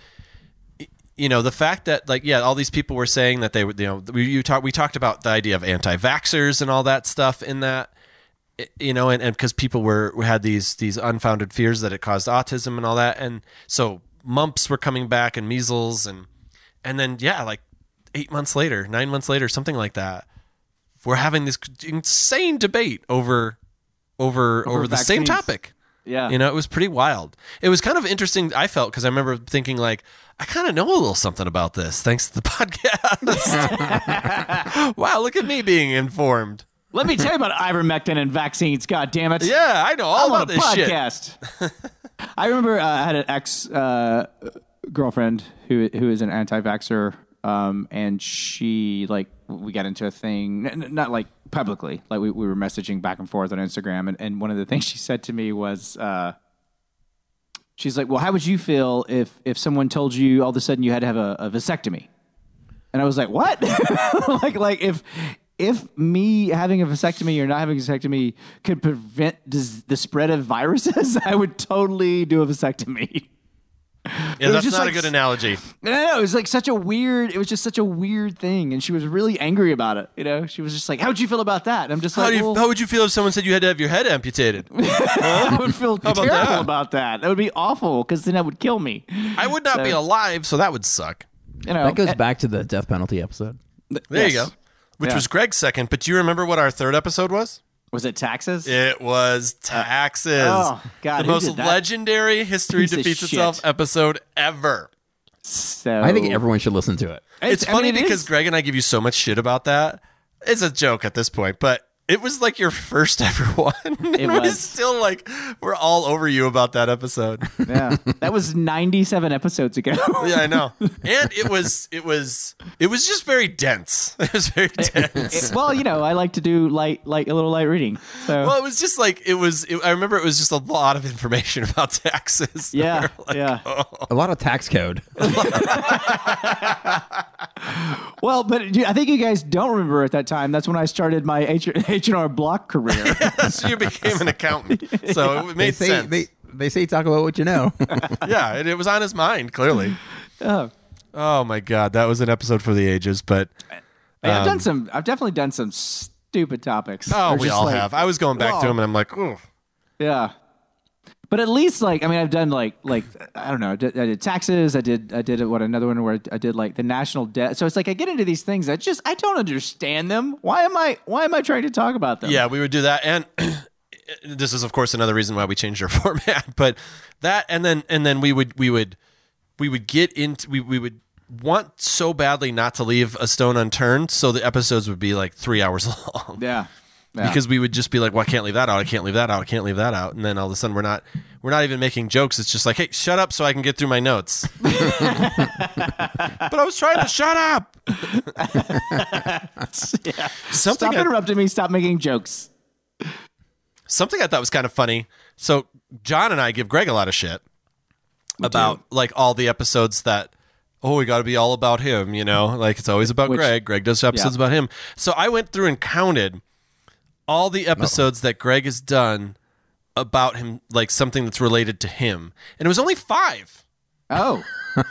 D: y- you know the fact that like yeah all these people were saying that they were you know we you talk, we talked about the idea of anti-vaxxers and all that stuff in that i- you know and because people were had these these unfounded fears that it caused autism and all that and so mumps were coming back and measles and and then yeah like eight months later nine months later something like that we're having this insane debate over over over, the same
E: vaccines.
D: topic.
E: Yeah.
D: You know, it was pretty wild. It was kind of interesting. I felt because I remember thinking like. I kind of know a little something about this thanks to the podcast. wow, look at me being informed.
E: Let me tell you about ivermectin and vaccines. God damn it.
D: Yeah, I know all
E: I'm on
D: about
E: a
D: this shit.
E: podcast. I remember uh, I had an ex uh, girlfriend who who is an anti-vaxxer, um, and she like we got into a thing, n- n- not like publicly, like we, we were messaging back and forth on Instagram, and, and one of the things she said to me was. Uh, She's like, well, how would you feel if if someone told you all of a sudden you had to have a, a vasectomy? And I was like, "What? like, like if if me having a vasectomy or not having a vasectomy could prevent dis- the spread of viruses, I would totally do a vasectomy."
D: Yeah,
E: was
D: that's
E: just
D: not a
E: like-
D: good analogy.
E: No, no, no, it was like such a weird. It was just such a weird thing, and she was really angry about it. You know, she was just like, "How'd you feel about that?" And I'm just
D: How,
E: like,
D: do you,
E: well,
D: how would you feel if someone said you had to have your head amputated?
E: "I would feel
D: about
E: terrible
D: that?
E: about that. That would be awful because then that would kill me."
D: I would not be alive, so that would suck.
E: You know,
A: That goes back to the death penalty episode.
D: There you
E: Yes.
D: go. Which
E: Yeah.
D: was Greg's second, but do you remember what our third episode was?
E: was it taxes?
D: It was taxes.
E: Uh, oh, God,
D: the
E: who
D: most
E: did that?
D: legendary history
E: Piece of
D: defeats
E: shit.
D: itself episode ever.
E: So
A: I think everyone should listen to it.
D: It's,
E: I mean,
D: funny
E: it
D: because
E: is.
D: Greg and I give you so much shit about that. It's a joke at this point, but it was like your first ever one. It
E: was.
D: still like we're all over you about that episode.
E: Yeah, that was 97 episodes ago.
D: yeah, I know. And it was it was it was just very dense. It was very dense.
E: It- well, you know, I like to do light, like a little light reading. So
D: Well, it was just like it was. It, I remember it was just a lot of information about taxes.
E: yeah,
D: We were like,
E: yeah.
A: A lot of tax code.
E: Well, but you- I think you guys don't remember at that time. That's when I started my H and R Block career.
D: so you became an accountant. So it
A: They
D: made
A: say
D: sense.
A: they they say talk about what you know.
D: yeah, and it was on his mind clearly.
E: Oh.
D: Oh my god, that was an episode for the ages. But
E: Hey, I've done some. I've definitely done some stupid topics.
D: oh,
E: Or
D: we
E: just
D: all
E: like-
D: have. I was going back to
E: Whoa.
D: him, and I'm like, ooh.
E: Yeah. But at least like I mean I've done like like I don't know I did, I did taxes I did I did what another one where I did like the national debt so it's like I get into these things I just I don't understand them why am I why am I trying to talk about them
D: Yeah, we would do that, and this is, of course, another reason why we changed our format. But that, and then, and then we would, we would, we would get into, we, we would want so badly not to leave a stone unturned, so the episodes would be like three hours long.
E: yeah, yeah.
D: Because we would just be like, "Well, I can't leave that out. I can't leave that out. I can't leave that out." And then all of a sudden, we're not, we're not even making jokes. It's just like, "Hey, shut up, so I can get through my notes." but I was trying to shut up. Something
E: stop
D: I-
E: interrupting me stop making jokes
D: something I thought was kind of funny. So John and I give Greg a lot of shit about like all the episodes that oh we got to be all about him, you know, like it's always about
E: Which-
D: Greg. Greg does episodes
E: Yeah.
D: about him. So I went through and counted all the episodes that Greg has done about him, like something that's related to him, and it was only five.
E: oh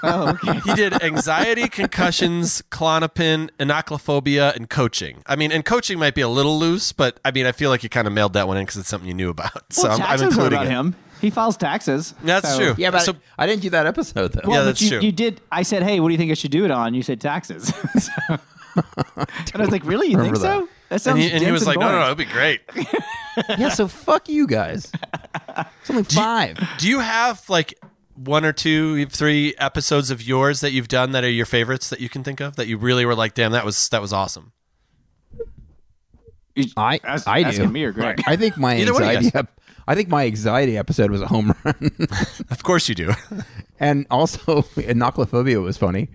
E: oh okay
D: He did anxiety, concussions, clonopin, anaclophobia, and coaching. I mean, and coaching might be a little loose, but I mean, I feel like you kind of mailed that one in because it's something you knew about. so
E: well,
D: I'm, I'm
E: taxes are
D: including
E: about
D: it.
E: him he files taxes
D: That's
E: so-
D: true.
A: yeah, but
D: So-
A: I didn't do that episode though.
E: Well,
D: Yeah,
E: but
D: that's
E: you,
D: true.
E: You did. I said, "Hey, what do you think I should do it on?" You said taxes, So- and I was like, "Really? You think
A: Remember
E: so?"
A: that.
E: That sounds.
D: and he, and he
E: dense
D: was like, "No, no,
E: boring."
D: no, it'd be great."
A: yeah, so fuck you guys. It's only five.
D: Do you have like one or two, three episodes of yours that you've done that are your favorites that you can think of that you really were like, "Damn, that was that was awesome."
E: You-
A: I
E: ask-
A: I
E: asking
A: do.
E: me or Greg.
A: I think my
D: Either one of you
A: anxiety.
D: guys.
A: ep- I think my anxiety episode was a home run,
D: Of course you do.
A: and also anoclophobia was funny.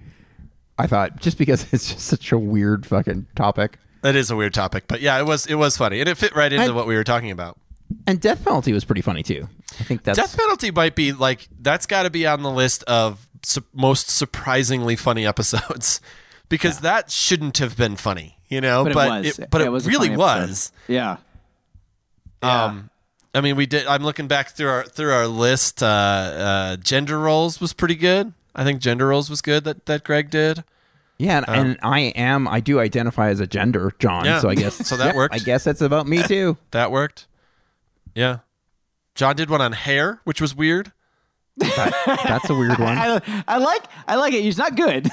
A: I thought just because it's just such a weird fucking topic,
D: that is a weird topic, but yeah, it was it was funny and it fit right into
A: I-
D: what we were talking about.
A: and death penalty was pretty funny too. I think that's
D: Death penalty might be like that's got to be on the list of su- most surprisingly funny episodes because that shouldn't have been funny, you know. But, but
E: Yeah,
D: it,
E: was a
D: really
E: funny episode.
D: was.
E: Yeah.
D: Um, I mean, we did. I'm looking back through our through our list. Uh, uh, gender roles was pretty good. I think gender roles was good that that Greg did.
A: yeah. And, and I am I do identify as a gender, John.
D: Oh. Yeah.
A: So I guess
D: So that
A: yep,
D: worked.
A: I guess that's about me too.
D: That worked. Yeah, John did one on hair, which was weird.
A: That- that's a weird one.
E: I, I like I like it. It's not good.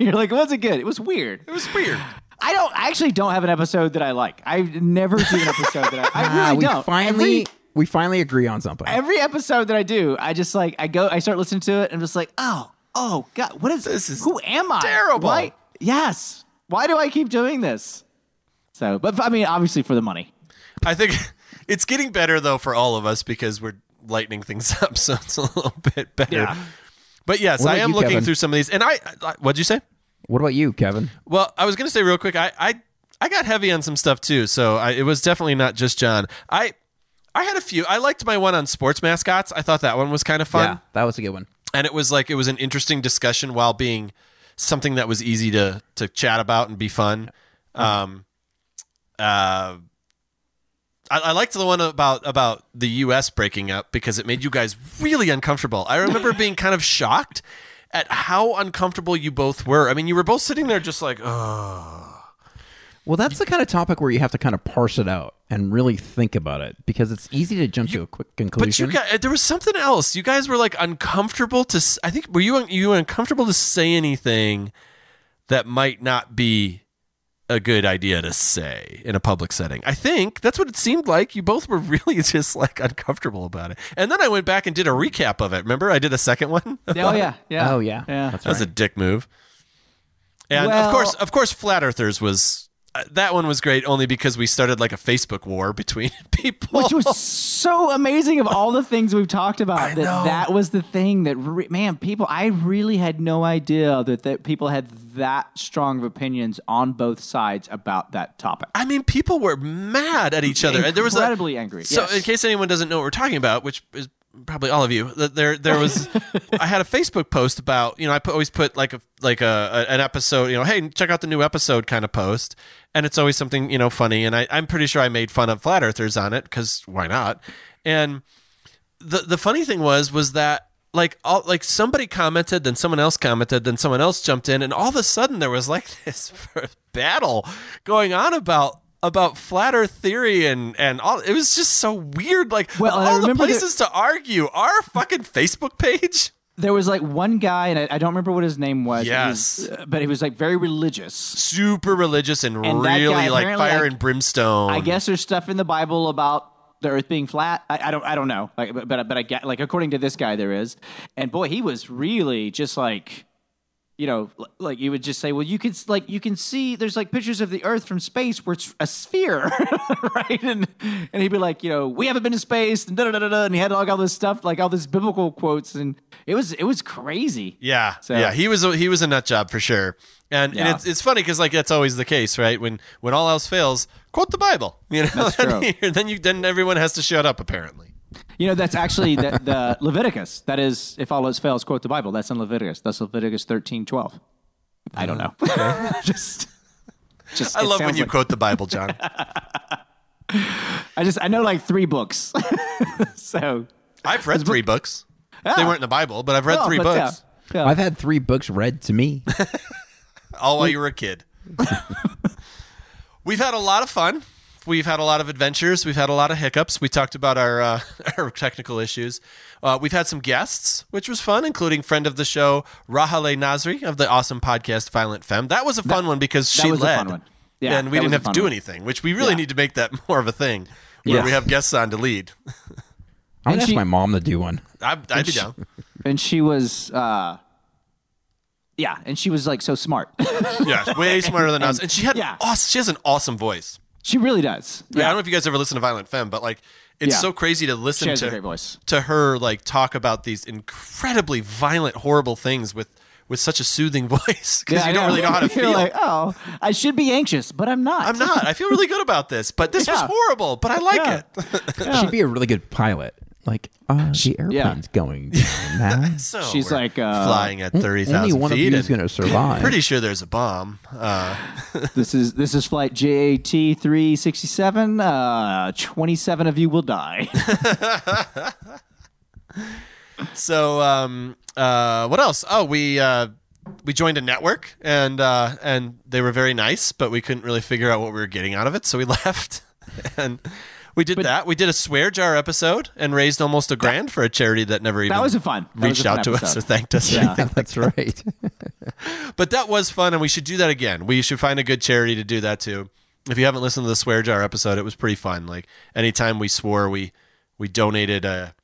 E: You're like, was it good? It was weird.
D: It was weird.
E: I don't. I actually don't have an episode that I like. I never do an episode that I. I
A: Ah,
E: really
A: we
E: don't.
A: finally
E: Every-
A: we finally agree on something.
E: every episode that I do, I just like I go, I start listening to it, and I'm just like, oh, oh, god, what is
D: This is
E: Who am I?
D: terrible.
E: Why? Yes. Why do I keep doing this? So, but I mean, obviously for the money.
D: I think it's getting better though for all of us because we're lightening things up, so it's a little bit better.
E: Yeah.
D: But yes,
A: What
D: I
A: about
D: am
A: you,
D: looking
A: Kevin?
D: through some of these, and I, I what'd you say?
A: what about you, Kevin?
D: Well, I was gonna say real quick, I I, I got heavy on some stuff too, so I, it was definitely not just John. I I had a few. I liked my one on sports mascots. I thought that one was kind of fun,
A: Yeah, that was a good one.
D: and it was like it was an interesting discussion while being something that was easy to to chat about and be fun. Um, uh, I, I liked the one about about the U.S. breaking up because it made you guys really uncomfortable. I remember being kind of shocked at how uncomfortable you both were. I mean, you were both sitting there just like, oh,
A: Well, that's the kind of topic where you have to kind of parse it out and really think about it because it's easy to jump to a quick
D: but you
A: conclusion.
D: guys, there was something else. You guys were like uncomfortable to. s- I think were you un- you were uncomfortable to say anything that might not be a good idea to say in a public setting. I think that's what it seemed like. You both were really just like uncomfortable about it. And then I went back and did a recap of it. Remember, I did a second one.
E: Oh yeah, yeah.
A: oh yeah,
E: yeah.
A: That's
D: That was a
A: right.
D: dick move. And of
E: Well-
D: course, of course, flat earthers was uh, that one was great only because we started like a Facebook war between people.
E: Which was so amazing of all the things we've talked about. that
D: know.
E: that was the thing that re- man, people. I really had no idea that that people had that strong of opinions on both sides about that topic.
D: I mean, people were mad at each other. And there was a-
E: Incredibly angry,
D: So,
E: yes.
D: in case anyone doesn't know what we're talking about, which is probably all of you, that there there was, I had a Facebook post about you know I put, always put like a like a, a- an episode you know hey check out the new episode kind of post, and it's always something you know funny, and I I'm pretty sure I made fun of flat earthers on it because why not, and the the funny thing was was that like all like somebody commented then someone else commented then someone else jumped in and all of a sudden there was like this battle going on about about flat earth theory and and all it was just so weird like
E: Well,
D: of
E: and I
D: all the
E: remember there-
D: places to argue our fucking facebook page
E: there was like one guy, and I, I don't remember what his name was. He
D: Yes.
E: was- uh, but he was like very religious.
D: super religious and,
E: And that guy
D: really like
E: apparently,
D: fire
E: like-
D: and brimstone
E: I guess there's stuff in the Bible about the Earth being flat. I, I don't, I don't know. Like, but but I get like according to this guy, there is. And boy, he was really just like, you know, l- like you would just say, well, you could s- like you can see there's like pictures of the Earth from space where it's a sphere, right? And and he'd be like, you know, we haven't been to space, and da da da da. And he had like all this stuff, like all this biblical quotes, and it was it was crazy.
D: Yeah,
E: So-
D: yeah, he was a, he was a nut job for sure, and, and
E: Yeah.
D: it's it's funny because like that's always the case, right? When when all else fails, quote the Bible, you know.
E: That's true.
D: and then you then everyone has to shut up apparently.
E: You know, that's actually the, the Leviticus. That is, if all else fails, quote the Bible. That's in Leviticus. That's Leviticus thirteen twelve. I don't know. just, just.
D: I
E: it
D: love when
E: sounds
D: you
E: like-
D: quote the Bible, John.
E: I just, I know like three books. so.
D: I've read three books. They
E: Ah.
D: weren't in the Bible, but I've read
E: Oh,
D: three
E: but
D: books
E: yeah, yeah.
A: I've had three books read to me.
D: all while you were a kid. We've had a lot of fun. We've had a lot of adventures. We've had a lot of hiccups. We talked about our uh, our technical issues. Uh, we've had some guests, which was fun, including friend of the show Rahale Nazri of the awesome podcast Violent Femme. That was a fun one because she
E: was a
D: led,
E: fun one. Yeah,
D: and we
E: that
D: didn't
E: was a
D: have to
E: fun
D: do
E: one.
D: anything. Which we really
E: Yeah.
D: need to make that more of a thing, where
E: Yeah.
D: we have guests on to lead.
A: I'm gonna
E: And
A: ask
E: she-
A: my mom to do one.
D: I'd, I'd be down.
E: And she was, uh, yeah, and she was like so smart.
D: Yeah, way smarter than us. And she had
E: yeah.
D: awesome, she has an awesome voice.
E: she really does.
D: Yeah. I don't know if you guys ever listen to Violent Femme, but like it's
E: Yeah.
D: so crazy to listen
E: She has
D: to
E: a great voice.
D: to her like talk about these incredibly violent, horrible things with with such a soothing voice because
E: Yeah, I
D: you don't really know how to
E: You're
D: feel.
E: Like, oh, I should be anxious, but I'm not.
D: I'm not. I feel really good about this, but this was
E: Yeah.
D: horrible. But I like
E: Yeah.
D: it.
A: She'd be a really good pilot. Like, uh, the airplane's going down now.
D: So
E: She's
D: we're
E: like, uh,
D: flying at thirty
A: Only
D: thousand
A: one of
D: feet.
A: you is
D: and
A: gonna survive.
D: Pretty sure there's a bomb. Uh,
E: This is this is flight JAT 367. Uh, 27 of you will die.
D: so um, uh, what else? Oh, we uh, we joined a network and uh, and they were very nice, but we couldn't really figure out what we were getting out of it, so we left. and We did that. We did a swear jar episode and raised almost a grand for a charity that never even
E: That was a fun. that was
D: reached
E: a fun
D: out to us
E: episode.
D: or thanked us. or
E: Yeah.
D: anything.
A: That's right.
D: But that was fun, and we should do that again. We should find a good charity to do that too. If you haven't listened to the swear jar episode, it was pretty fun. Like anytime we swore, we we donated a.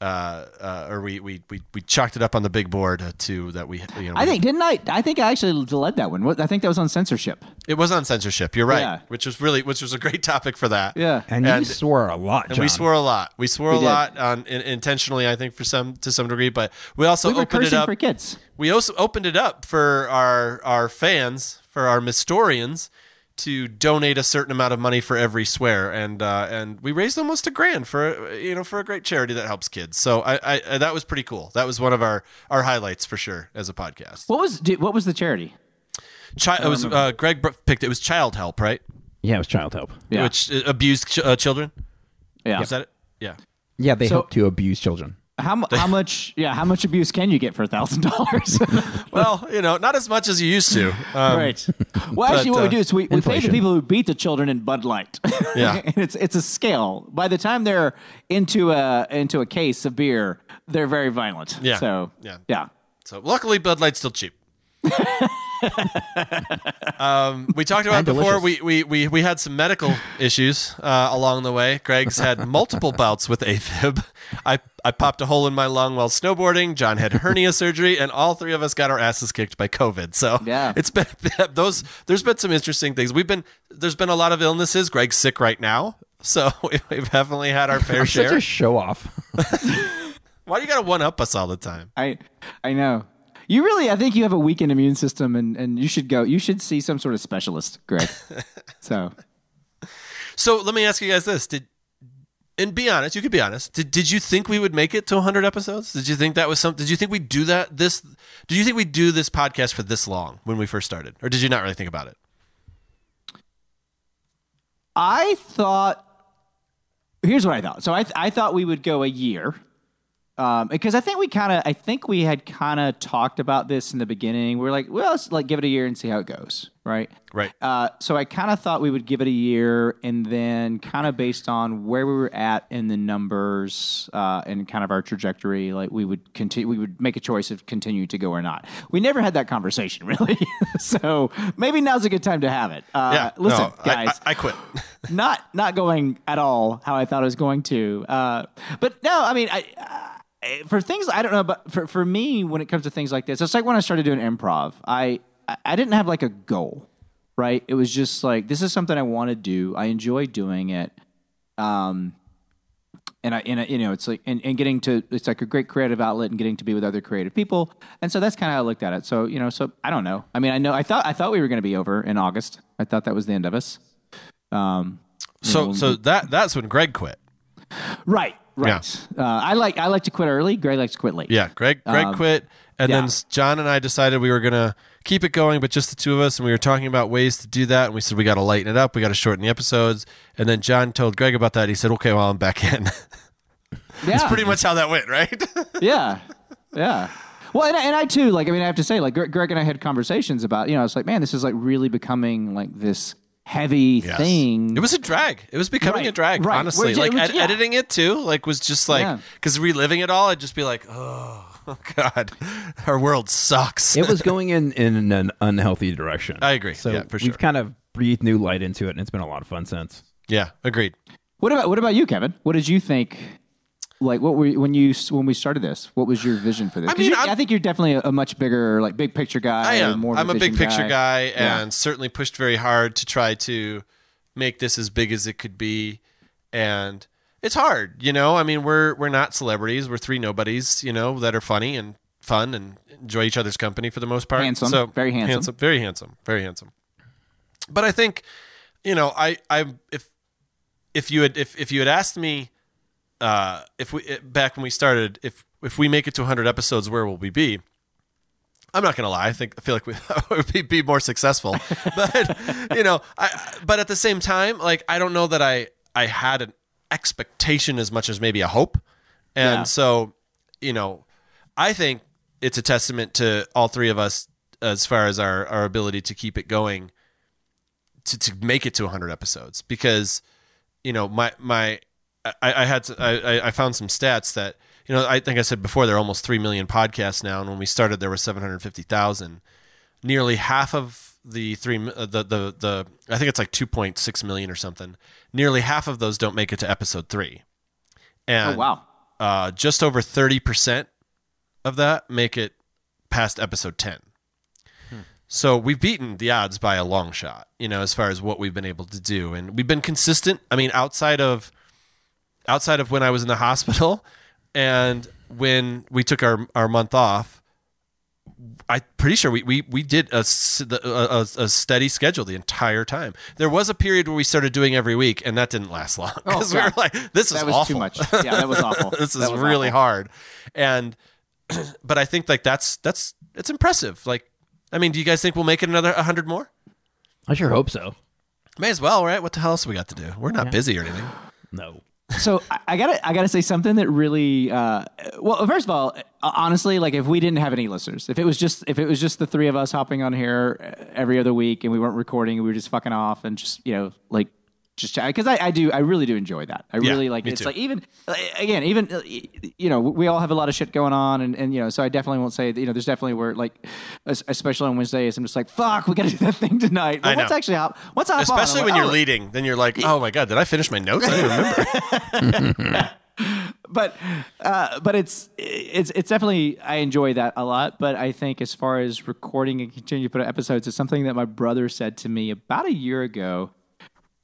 D: Uh, uh, or we, we, we, we chalked it up on the big board uh, to that we you know
E: I
D: we-
E: think didn't I? I think I actually led that one. What- I think that was on censorship.
D: it was on censorship you're right
E: Yeah.
D: which was really which was a great topic for that
E: Yeah.
A: And you swore a lot,
D: And
A: John.
D: we swore a lot. We swore a
E: did.
D: lot on in, intentionally, I think, for some to some degree. But we also
E: we were
D: opened it
E: cursing
D: up.
E: for kids.
D: we also opened it up for our our fans, for our Mistorians, to donate a certain amount of money for every swear, and uh, and we raised almost a grand for uh, you know for a great charity that helps kids. So I, I, I that was pretty cool. That was one of our our highlights for sure as a podcast.
E: What was dude, what was the charity?
D: Chi- it was
E: Um,
D: uh, Greg Br- picked. It was Child Help, right?
A: yeah, it was child help.
E: Yeah.
D: Which uh, abused ch- uh, children.
E: Yeah.
D: Is that it? Yeah.
A: Yeah, they
E: So-
A: help to abuse children.
E: How, mu- how much? Yeah. How much abuse can you get for a thousand dollars?
D: Um, Well, you know, not as much as you used to. Um,
E: Right. Well, actually,
D: But,
E: what we
D: uh,
E: do is we, we pay the
A: inflation.
E: people who beat the children in Bud Light.
D: Yeah.
E: and it's it's a scale. By the time they're into a into a case of beer, they're very violent.
D: Yeah.
E: So
D: Yeah.
E: yeah.
D: So luckily, Bud Light's still cheap. um, we talked about it
A: And
D: before.
A: delicious.
D: We, we we we had some medical issues uh, along the way. Greg's had multiple bouts with AFib. I I popped a hole in my lung while snowboarding. John had hernia surgery, and all three of us got our asses kicked by COVID. So
E: Yeah.
D: it's been those. There's been some interesting things. We've been there's been a lot of illnesses. Greg's sick right now, so we- we've definitely had our fair
A: Such
D: share.
A: a show off.
D: Why do you got to one up us all the time?
E: I I know. You really, I think you have a weakened immune system, and, and you should go. You should see some sort of specialist, Greg. so
D: So let me ask you guys this: Did and be honest, you could be honest. Did did you think we would make it to 100 episodes? Did you think that was some? Did you think we would do that? This? Did you think we would do this podcast for this long when we first started, or did you not really think about it?
E: I thought. Here's what I thought. So I I thought we would go a year, um, because I think we kind of I think we had kind of talked about this in the beginning. We were like, well, let's like give it a year and see how it goes, right?
D: Right.
E: Uh, so I kind of thought we would give it a year, and then kind of based on where we were at in the numbers uh, and kind of our trajectory, like we would continue, we would make a choice of continue to go or not. We never had that conversation, really. so maybe now's a good time to have it. Uh,
D: yeah.
E: Listen,
D: no, I-
E: guys
D: I, I quit.
E: not not going at all how I thought it was going to. Uh, but no, I mean, I, I for things I don't know, but for for me, when it comes to things like this, it's like when I started doing improv. I I- I didn't have like a goal, right? It was just like this is something I want to do. I enjoy doing it. Um, and I, and I, you know, it's like, and, and getting to, it's like a great creative outlet and getting to be with other creative people. And so that's kind of how I looked at it. So, you know, so I don't know. I mean, I know, I thought, I thought we were going to be over in August. I thought that was the end of us. Um,
D: So so that that's when Greg quit.
E: Right. Right. Uh, I like I like to quit early. Greg likes to quit late.
D: Yeah. Greg Greg quit, and then
E: Um, yeah.
D: s- John and I decided we were gonna keep it going, but just the two of us, and we were talking about ways to do that, and we said we got to lighten it up, we got to shorten the episodes, and then John told Greg about that. And he said, "Okay, well, I'm back in."
E: yeah.
D: That's pretty much how that went, right?
E: yeah, yeah. Well, and, I- and I too like. I mean, I have to say, like Gre- Greg and I had conversations about. You know, it's like, man, this is like really becoming like this heavy
D: Yes.
E: thing.
D: It was a drag. It was becoming
E: Right,
D: a drag,
E: right.
D: honestly.
E: We're ju-
D: like
E: we're-
D: ed-
E: yeah.
D: editing it too, like was just like
E: Yeah.
D: because reliving it all, I'd just be like, oh, god, our world sucks.
A: It was going in in an unhealthy direction.
D: I agree.
A: So
D: Yeah, for sure.
A: we've kind of breathed new light into it, and it's been a lot of fun since.
D: yeah, agreed.
E: what about what about you, Kevin? What did you think? Like, what were you- when you when we started this? What was your vision for this? 'Cause
D: mean,
E: you-
D: I'm-
E: I think you're definitely a, a much bigger, like, big picture guy.
D: I am.
E: More of
D: I'm a big
E: vision
D: picture guy,
E: Yeah.
D: and certainly pushed very hard to try to make this as big as it could be. And it's hard, you know. I mean, we're we're not celebrities. We're three nobodies, you know, that are funny and fun and enjoy each other's company for the most part.
E: Handsome.
D: so
E: Very handsome.
D: very handsome, very handsome. But I think, you know, I I if if you had if if you had asked me uh, if we eh, back when we started, if if we make it to 100 episodes, where will we be? I'm not gonna lie. I think I feel like we would be, be more successful, but you know, I, but at the same time, like I don't know that I I had an expectation as much as maybe a hope, and
E: Yeah.
D: so you know, I think it's a testament to all three of us as far as our our ability to keep it going, to to make it to 100 episodes because you know, my my I, I had to, I, I- I found some stats that you know I think I said before there are almost three million podcasts now, and when we started there were seven hundred fifty thousand. Nearly half of the three uh, the the the I think it's like two point six million or something. Nearly half of those don't make it to episode three. And
E: Oh wow.
D: uh, just over 30% of that make it past episode 10.
E: Hmm.
D: So we've beaten the odds by a long shot, you know, as far as what we've been able to do. And we've been consistent. I mean, outside of outside of when I was in the hospital and when we took our, our month off, I'm pretty sure we, we, we did a, s- the- a, a- a steady schedule the entire time. There was a period where we started doing every week, and that didn't last long because we were
E: Oh, God.
D: like, "This is
E: That was
D: awful.
E: too much. Yeah, that was awful.
D: this is
E: That was
D: really
E: awful.
D: hard and but i think like that's that's it's impressive like i mean do you guys think we'll make it another 100 more
A: I sure hope so.
D: may as well right what the hell else we got to do we're not busy or anything
A: No.
E: so I- I gotta I gotta say something that really uh, well. First of all, uh, honestly, like if we didn't have any listeners, if it was just if it was just the three of us hopping on here uh, every other week and we weren't recording, we were just fucking off and just you know like just chat because I, I do I really do enjoy that. I
D: Yeah,
E: really like
D: me
E: it's
D: too.
E: like even like, again even uh, you know we all have a lot of shit going on and, and you know so I definitely won't say that, you know there's definitely where like es- especially on Wednesdays I'm just like fuck we gotta do that thing tonight. But
D: I know.
E: Once I actually hop, once I hop on, I'm
D: especially
E: like,
D: when you're
E: oh,
D: leading then you're like oh my god did i finish my notes i don't remember
E: but uh, but it's it's it's definitely I enjoy that a lot. But I think as far as recording and continuing to put out episodes, it's something that my brother said to me about a year ago,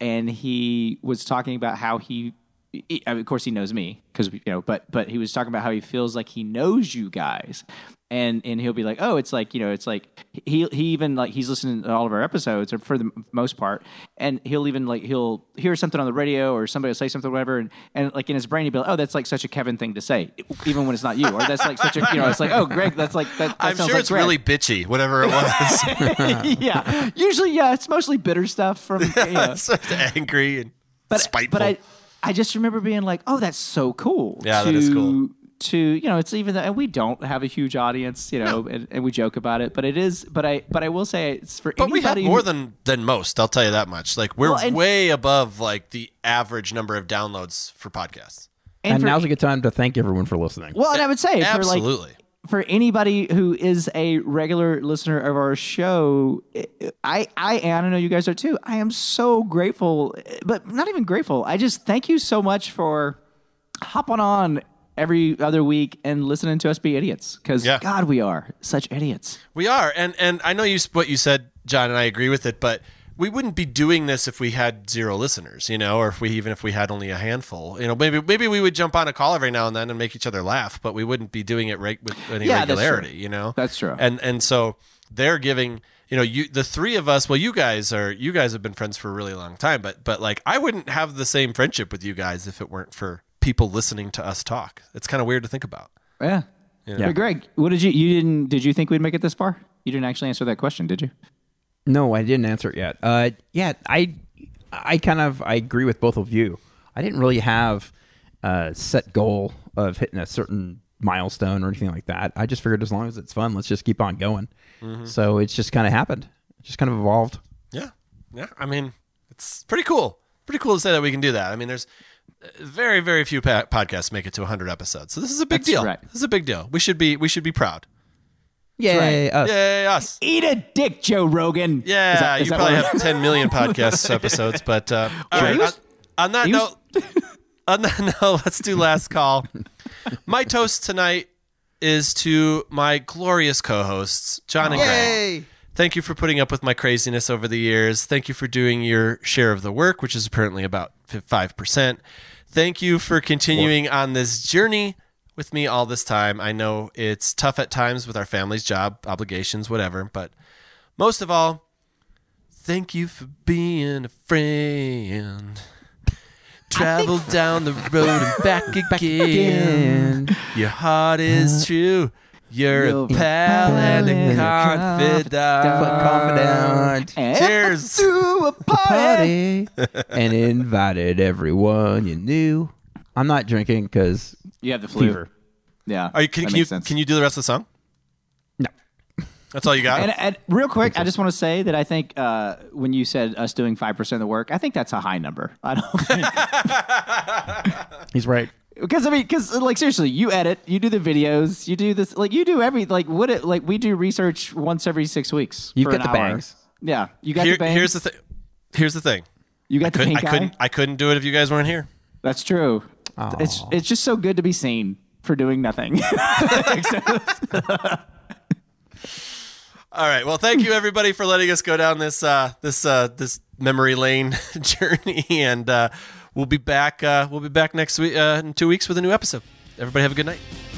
E: and he was talking about how he. he- I mean, of course, he knows me because you know, but but he was talking about how he feels like he knows you guys, and and he'll be like, oh, it's like you know, it's like he he even like he's listening to all of our episodes or for the m- most part, and he'll even like he'll hear something on the radio or somebody will say something or whatever, and and like in his brain he'll be like, oh, that's like such a Kevin thing to say, even when it's not you, or that's like such a you know, it's like oh, Greg, that's like that. that
D: i'm
E: sounds
D: sure
E: like
D: it's
E: Greg."
D: really bitchy whatever it was
E: yeah. Usually, yeah, it's mostly bitter stuff from you know,
D: so it's angry and
E: but
D: spiteful
E: but I I just remember being like, oh, that's so cool.
D: Yeah,
E: to,
D: that is cool.
E: To you know, it's even that, and we don't have a huge audience, you know, and, and we joke about it, but it is. But I but I will say it's for
D: but we have
E: anybody
D: more
E: who-
D: than than most i'll tell you that much like we're
E: Well, and-
D: way above like the average number of downloads for podcasts
A: And, e-
E: for- e-"
A: now's a good time to thank everyone for listening.
E: well, and I would say for like
D: absolutely
E: for anybody who is a regular listener of our show, I, I, and I know you guys are too. I am so grateful, but not even grateful. I just thank you so much for hopping on every other week and listening to us be idiots. Because
D: Yeah.
E: God, we are such idiots.
D: We are, and and I know you what you said, John, and I agree with it. But we wouldn't be doing this if we had zero listeners, you know, or if we even if we had only a handful, you know. Maybe maybe we would jump on a call every now and then and make each other laugh, but we wouldn't be doing it right with any
E: Yeah, that's true.
D: regularity, you know.
E: That's true.
D: And and so they're giving, you know, you the three of us. Well, you guys are you guys have been friends for a really long time, but but like I wouldn't have the same friendship with you guys if it weren't for people listening to us talk. It's kind of weird to think about.
E: Yeah. Hey, Greg, what did you? You didn't? Did you think we'd make it this far? You didn't actually answer that question, did you?
A: No, I didn't answer it yet. Uh, yeah, I, I kind of I agree with both of you. I didn't really have a set goal of hitting a certain milestone or anything like that. I just figured as long as it's fun, let's just keep on going. So it's just kind of happened. It just kind of evolved.
D: Yeah. Yeah. I mean, it's pretty cool. Pretty cool to say that we can do that. I mean, there's uh, very, very few pa- podcasts make it to 100 episodes. So this is a big
E: That's
D: deal.
E: right.
D: This is a big deal. We should be we should be proud.
A: Yay, us.
D: Yay, us.
E: Eat a dick, Joe Rogan.
D: Yeah,
E: Is that- is
D: you
E: that
D: probably
E: what-
D: have 10 million podcast episodes, but uh, all
E: Sure.
D: right.
E: He was-
D: on, on that
E: he was-
D: note, on that note, let's do last call. My toast tonight is to my glorious co-hosts, John and Greg. Thank you for putting up with my craziness over the years. Thank you for doing your share of the work, which is apparently about fi- 5%. Thank you for continuing on this journey with me all this time. I know it's tough at times with our families, job, obligations, whatever, but most of all, thank you for being a friend. Travel down the road and back again.
A: And
D: Your heart
E: Uh,
D: is true. You're a
E: You're
D: pal and a
E: a
D: confidant.
A: confidant
D: Cheers.
E: To a party.
A: party and invited everyone you knew. I'm not drinking because
E: You have the flu.
A: fever.
E: Yeah.
D: Are you, can,
E: that
D: can
E: makes
D: you
E: sense.
D: can you do the rest of the song?
A: No.
D: That's all you got?
E: And, and real quick, I just want to say that I think uh, when you said us doing five percent of the work, I think that's a high number. I don't think
A: He's right.
E: because I mean, because like seriously, you edit, you do the videos, you do this, like you do every like what it like we do research once every six weeks.
A: You
E: for
A: get
E: an
A: the
E: hour.
A: bangs.
E: Yeah, you got
D: Here-
E: the bangs.
D: here's the thing. Here's the thing.
E: you got the
D: Couldn't-
E: pink
D: I
E: eye.
D: couldn't. I couldn't do it if you guys weren't here.
E: That's true. It's it's just so good to be seen for doing nothing.
D: All right. Well, thank you everybody for letting us go down this uh, this uh, this memory lane journey, and uh, we'll be back. Uh, we'll be back next week uh, in two weeks with a new episode. Everybody have a good night.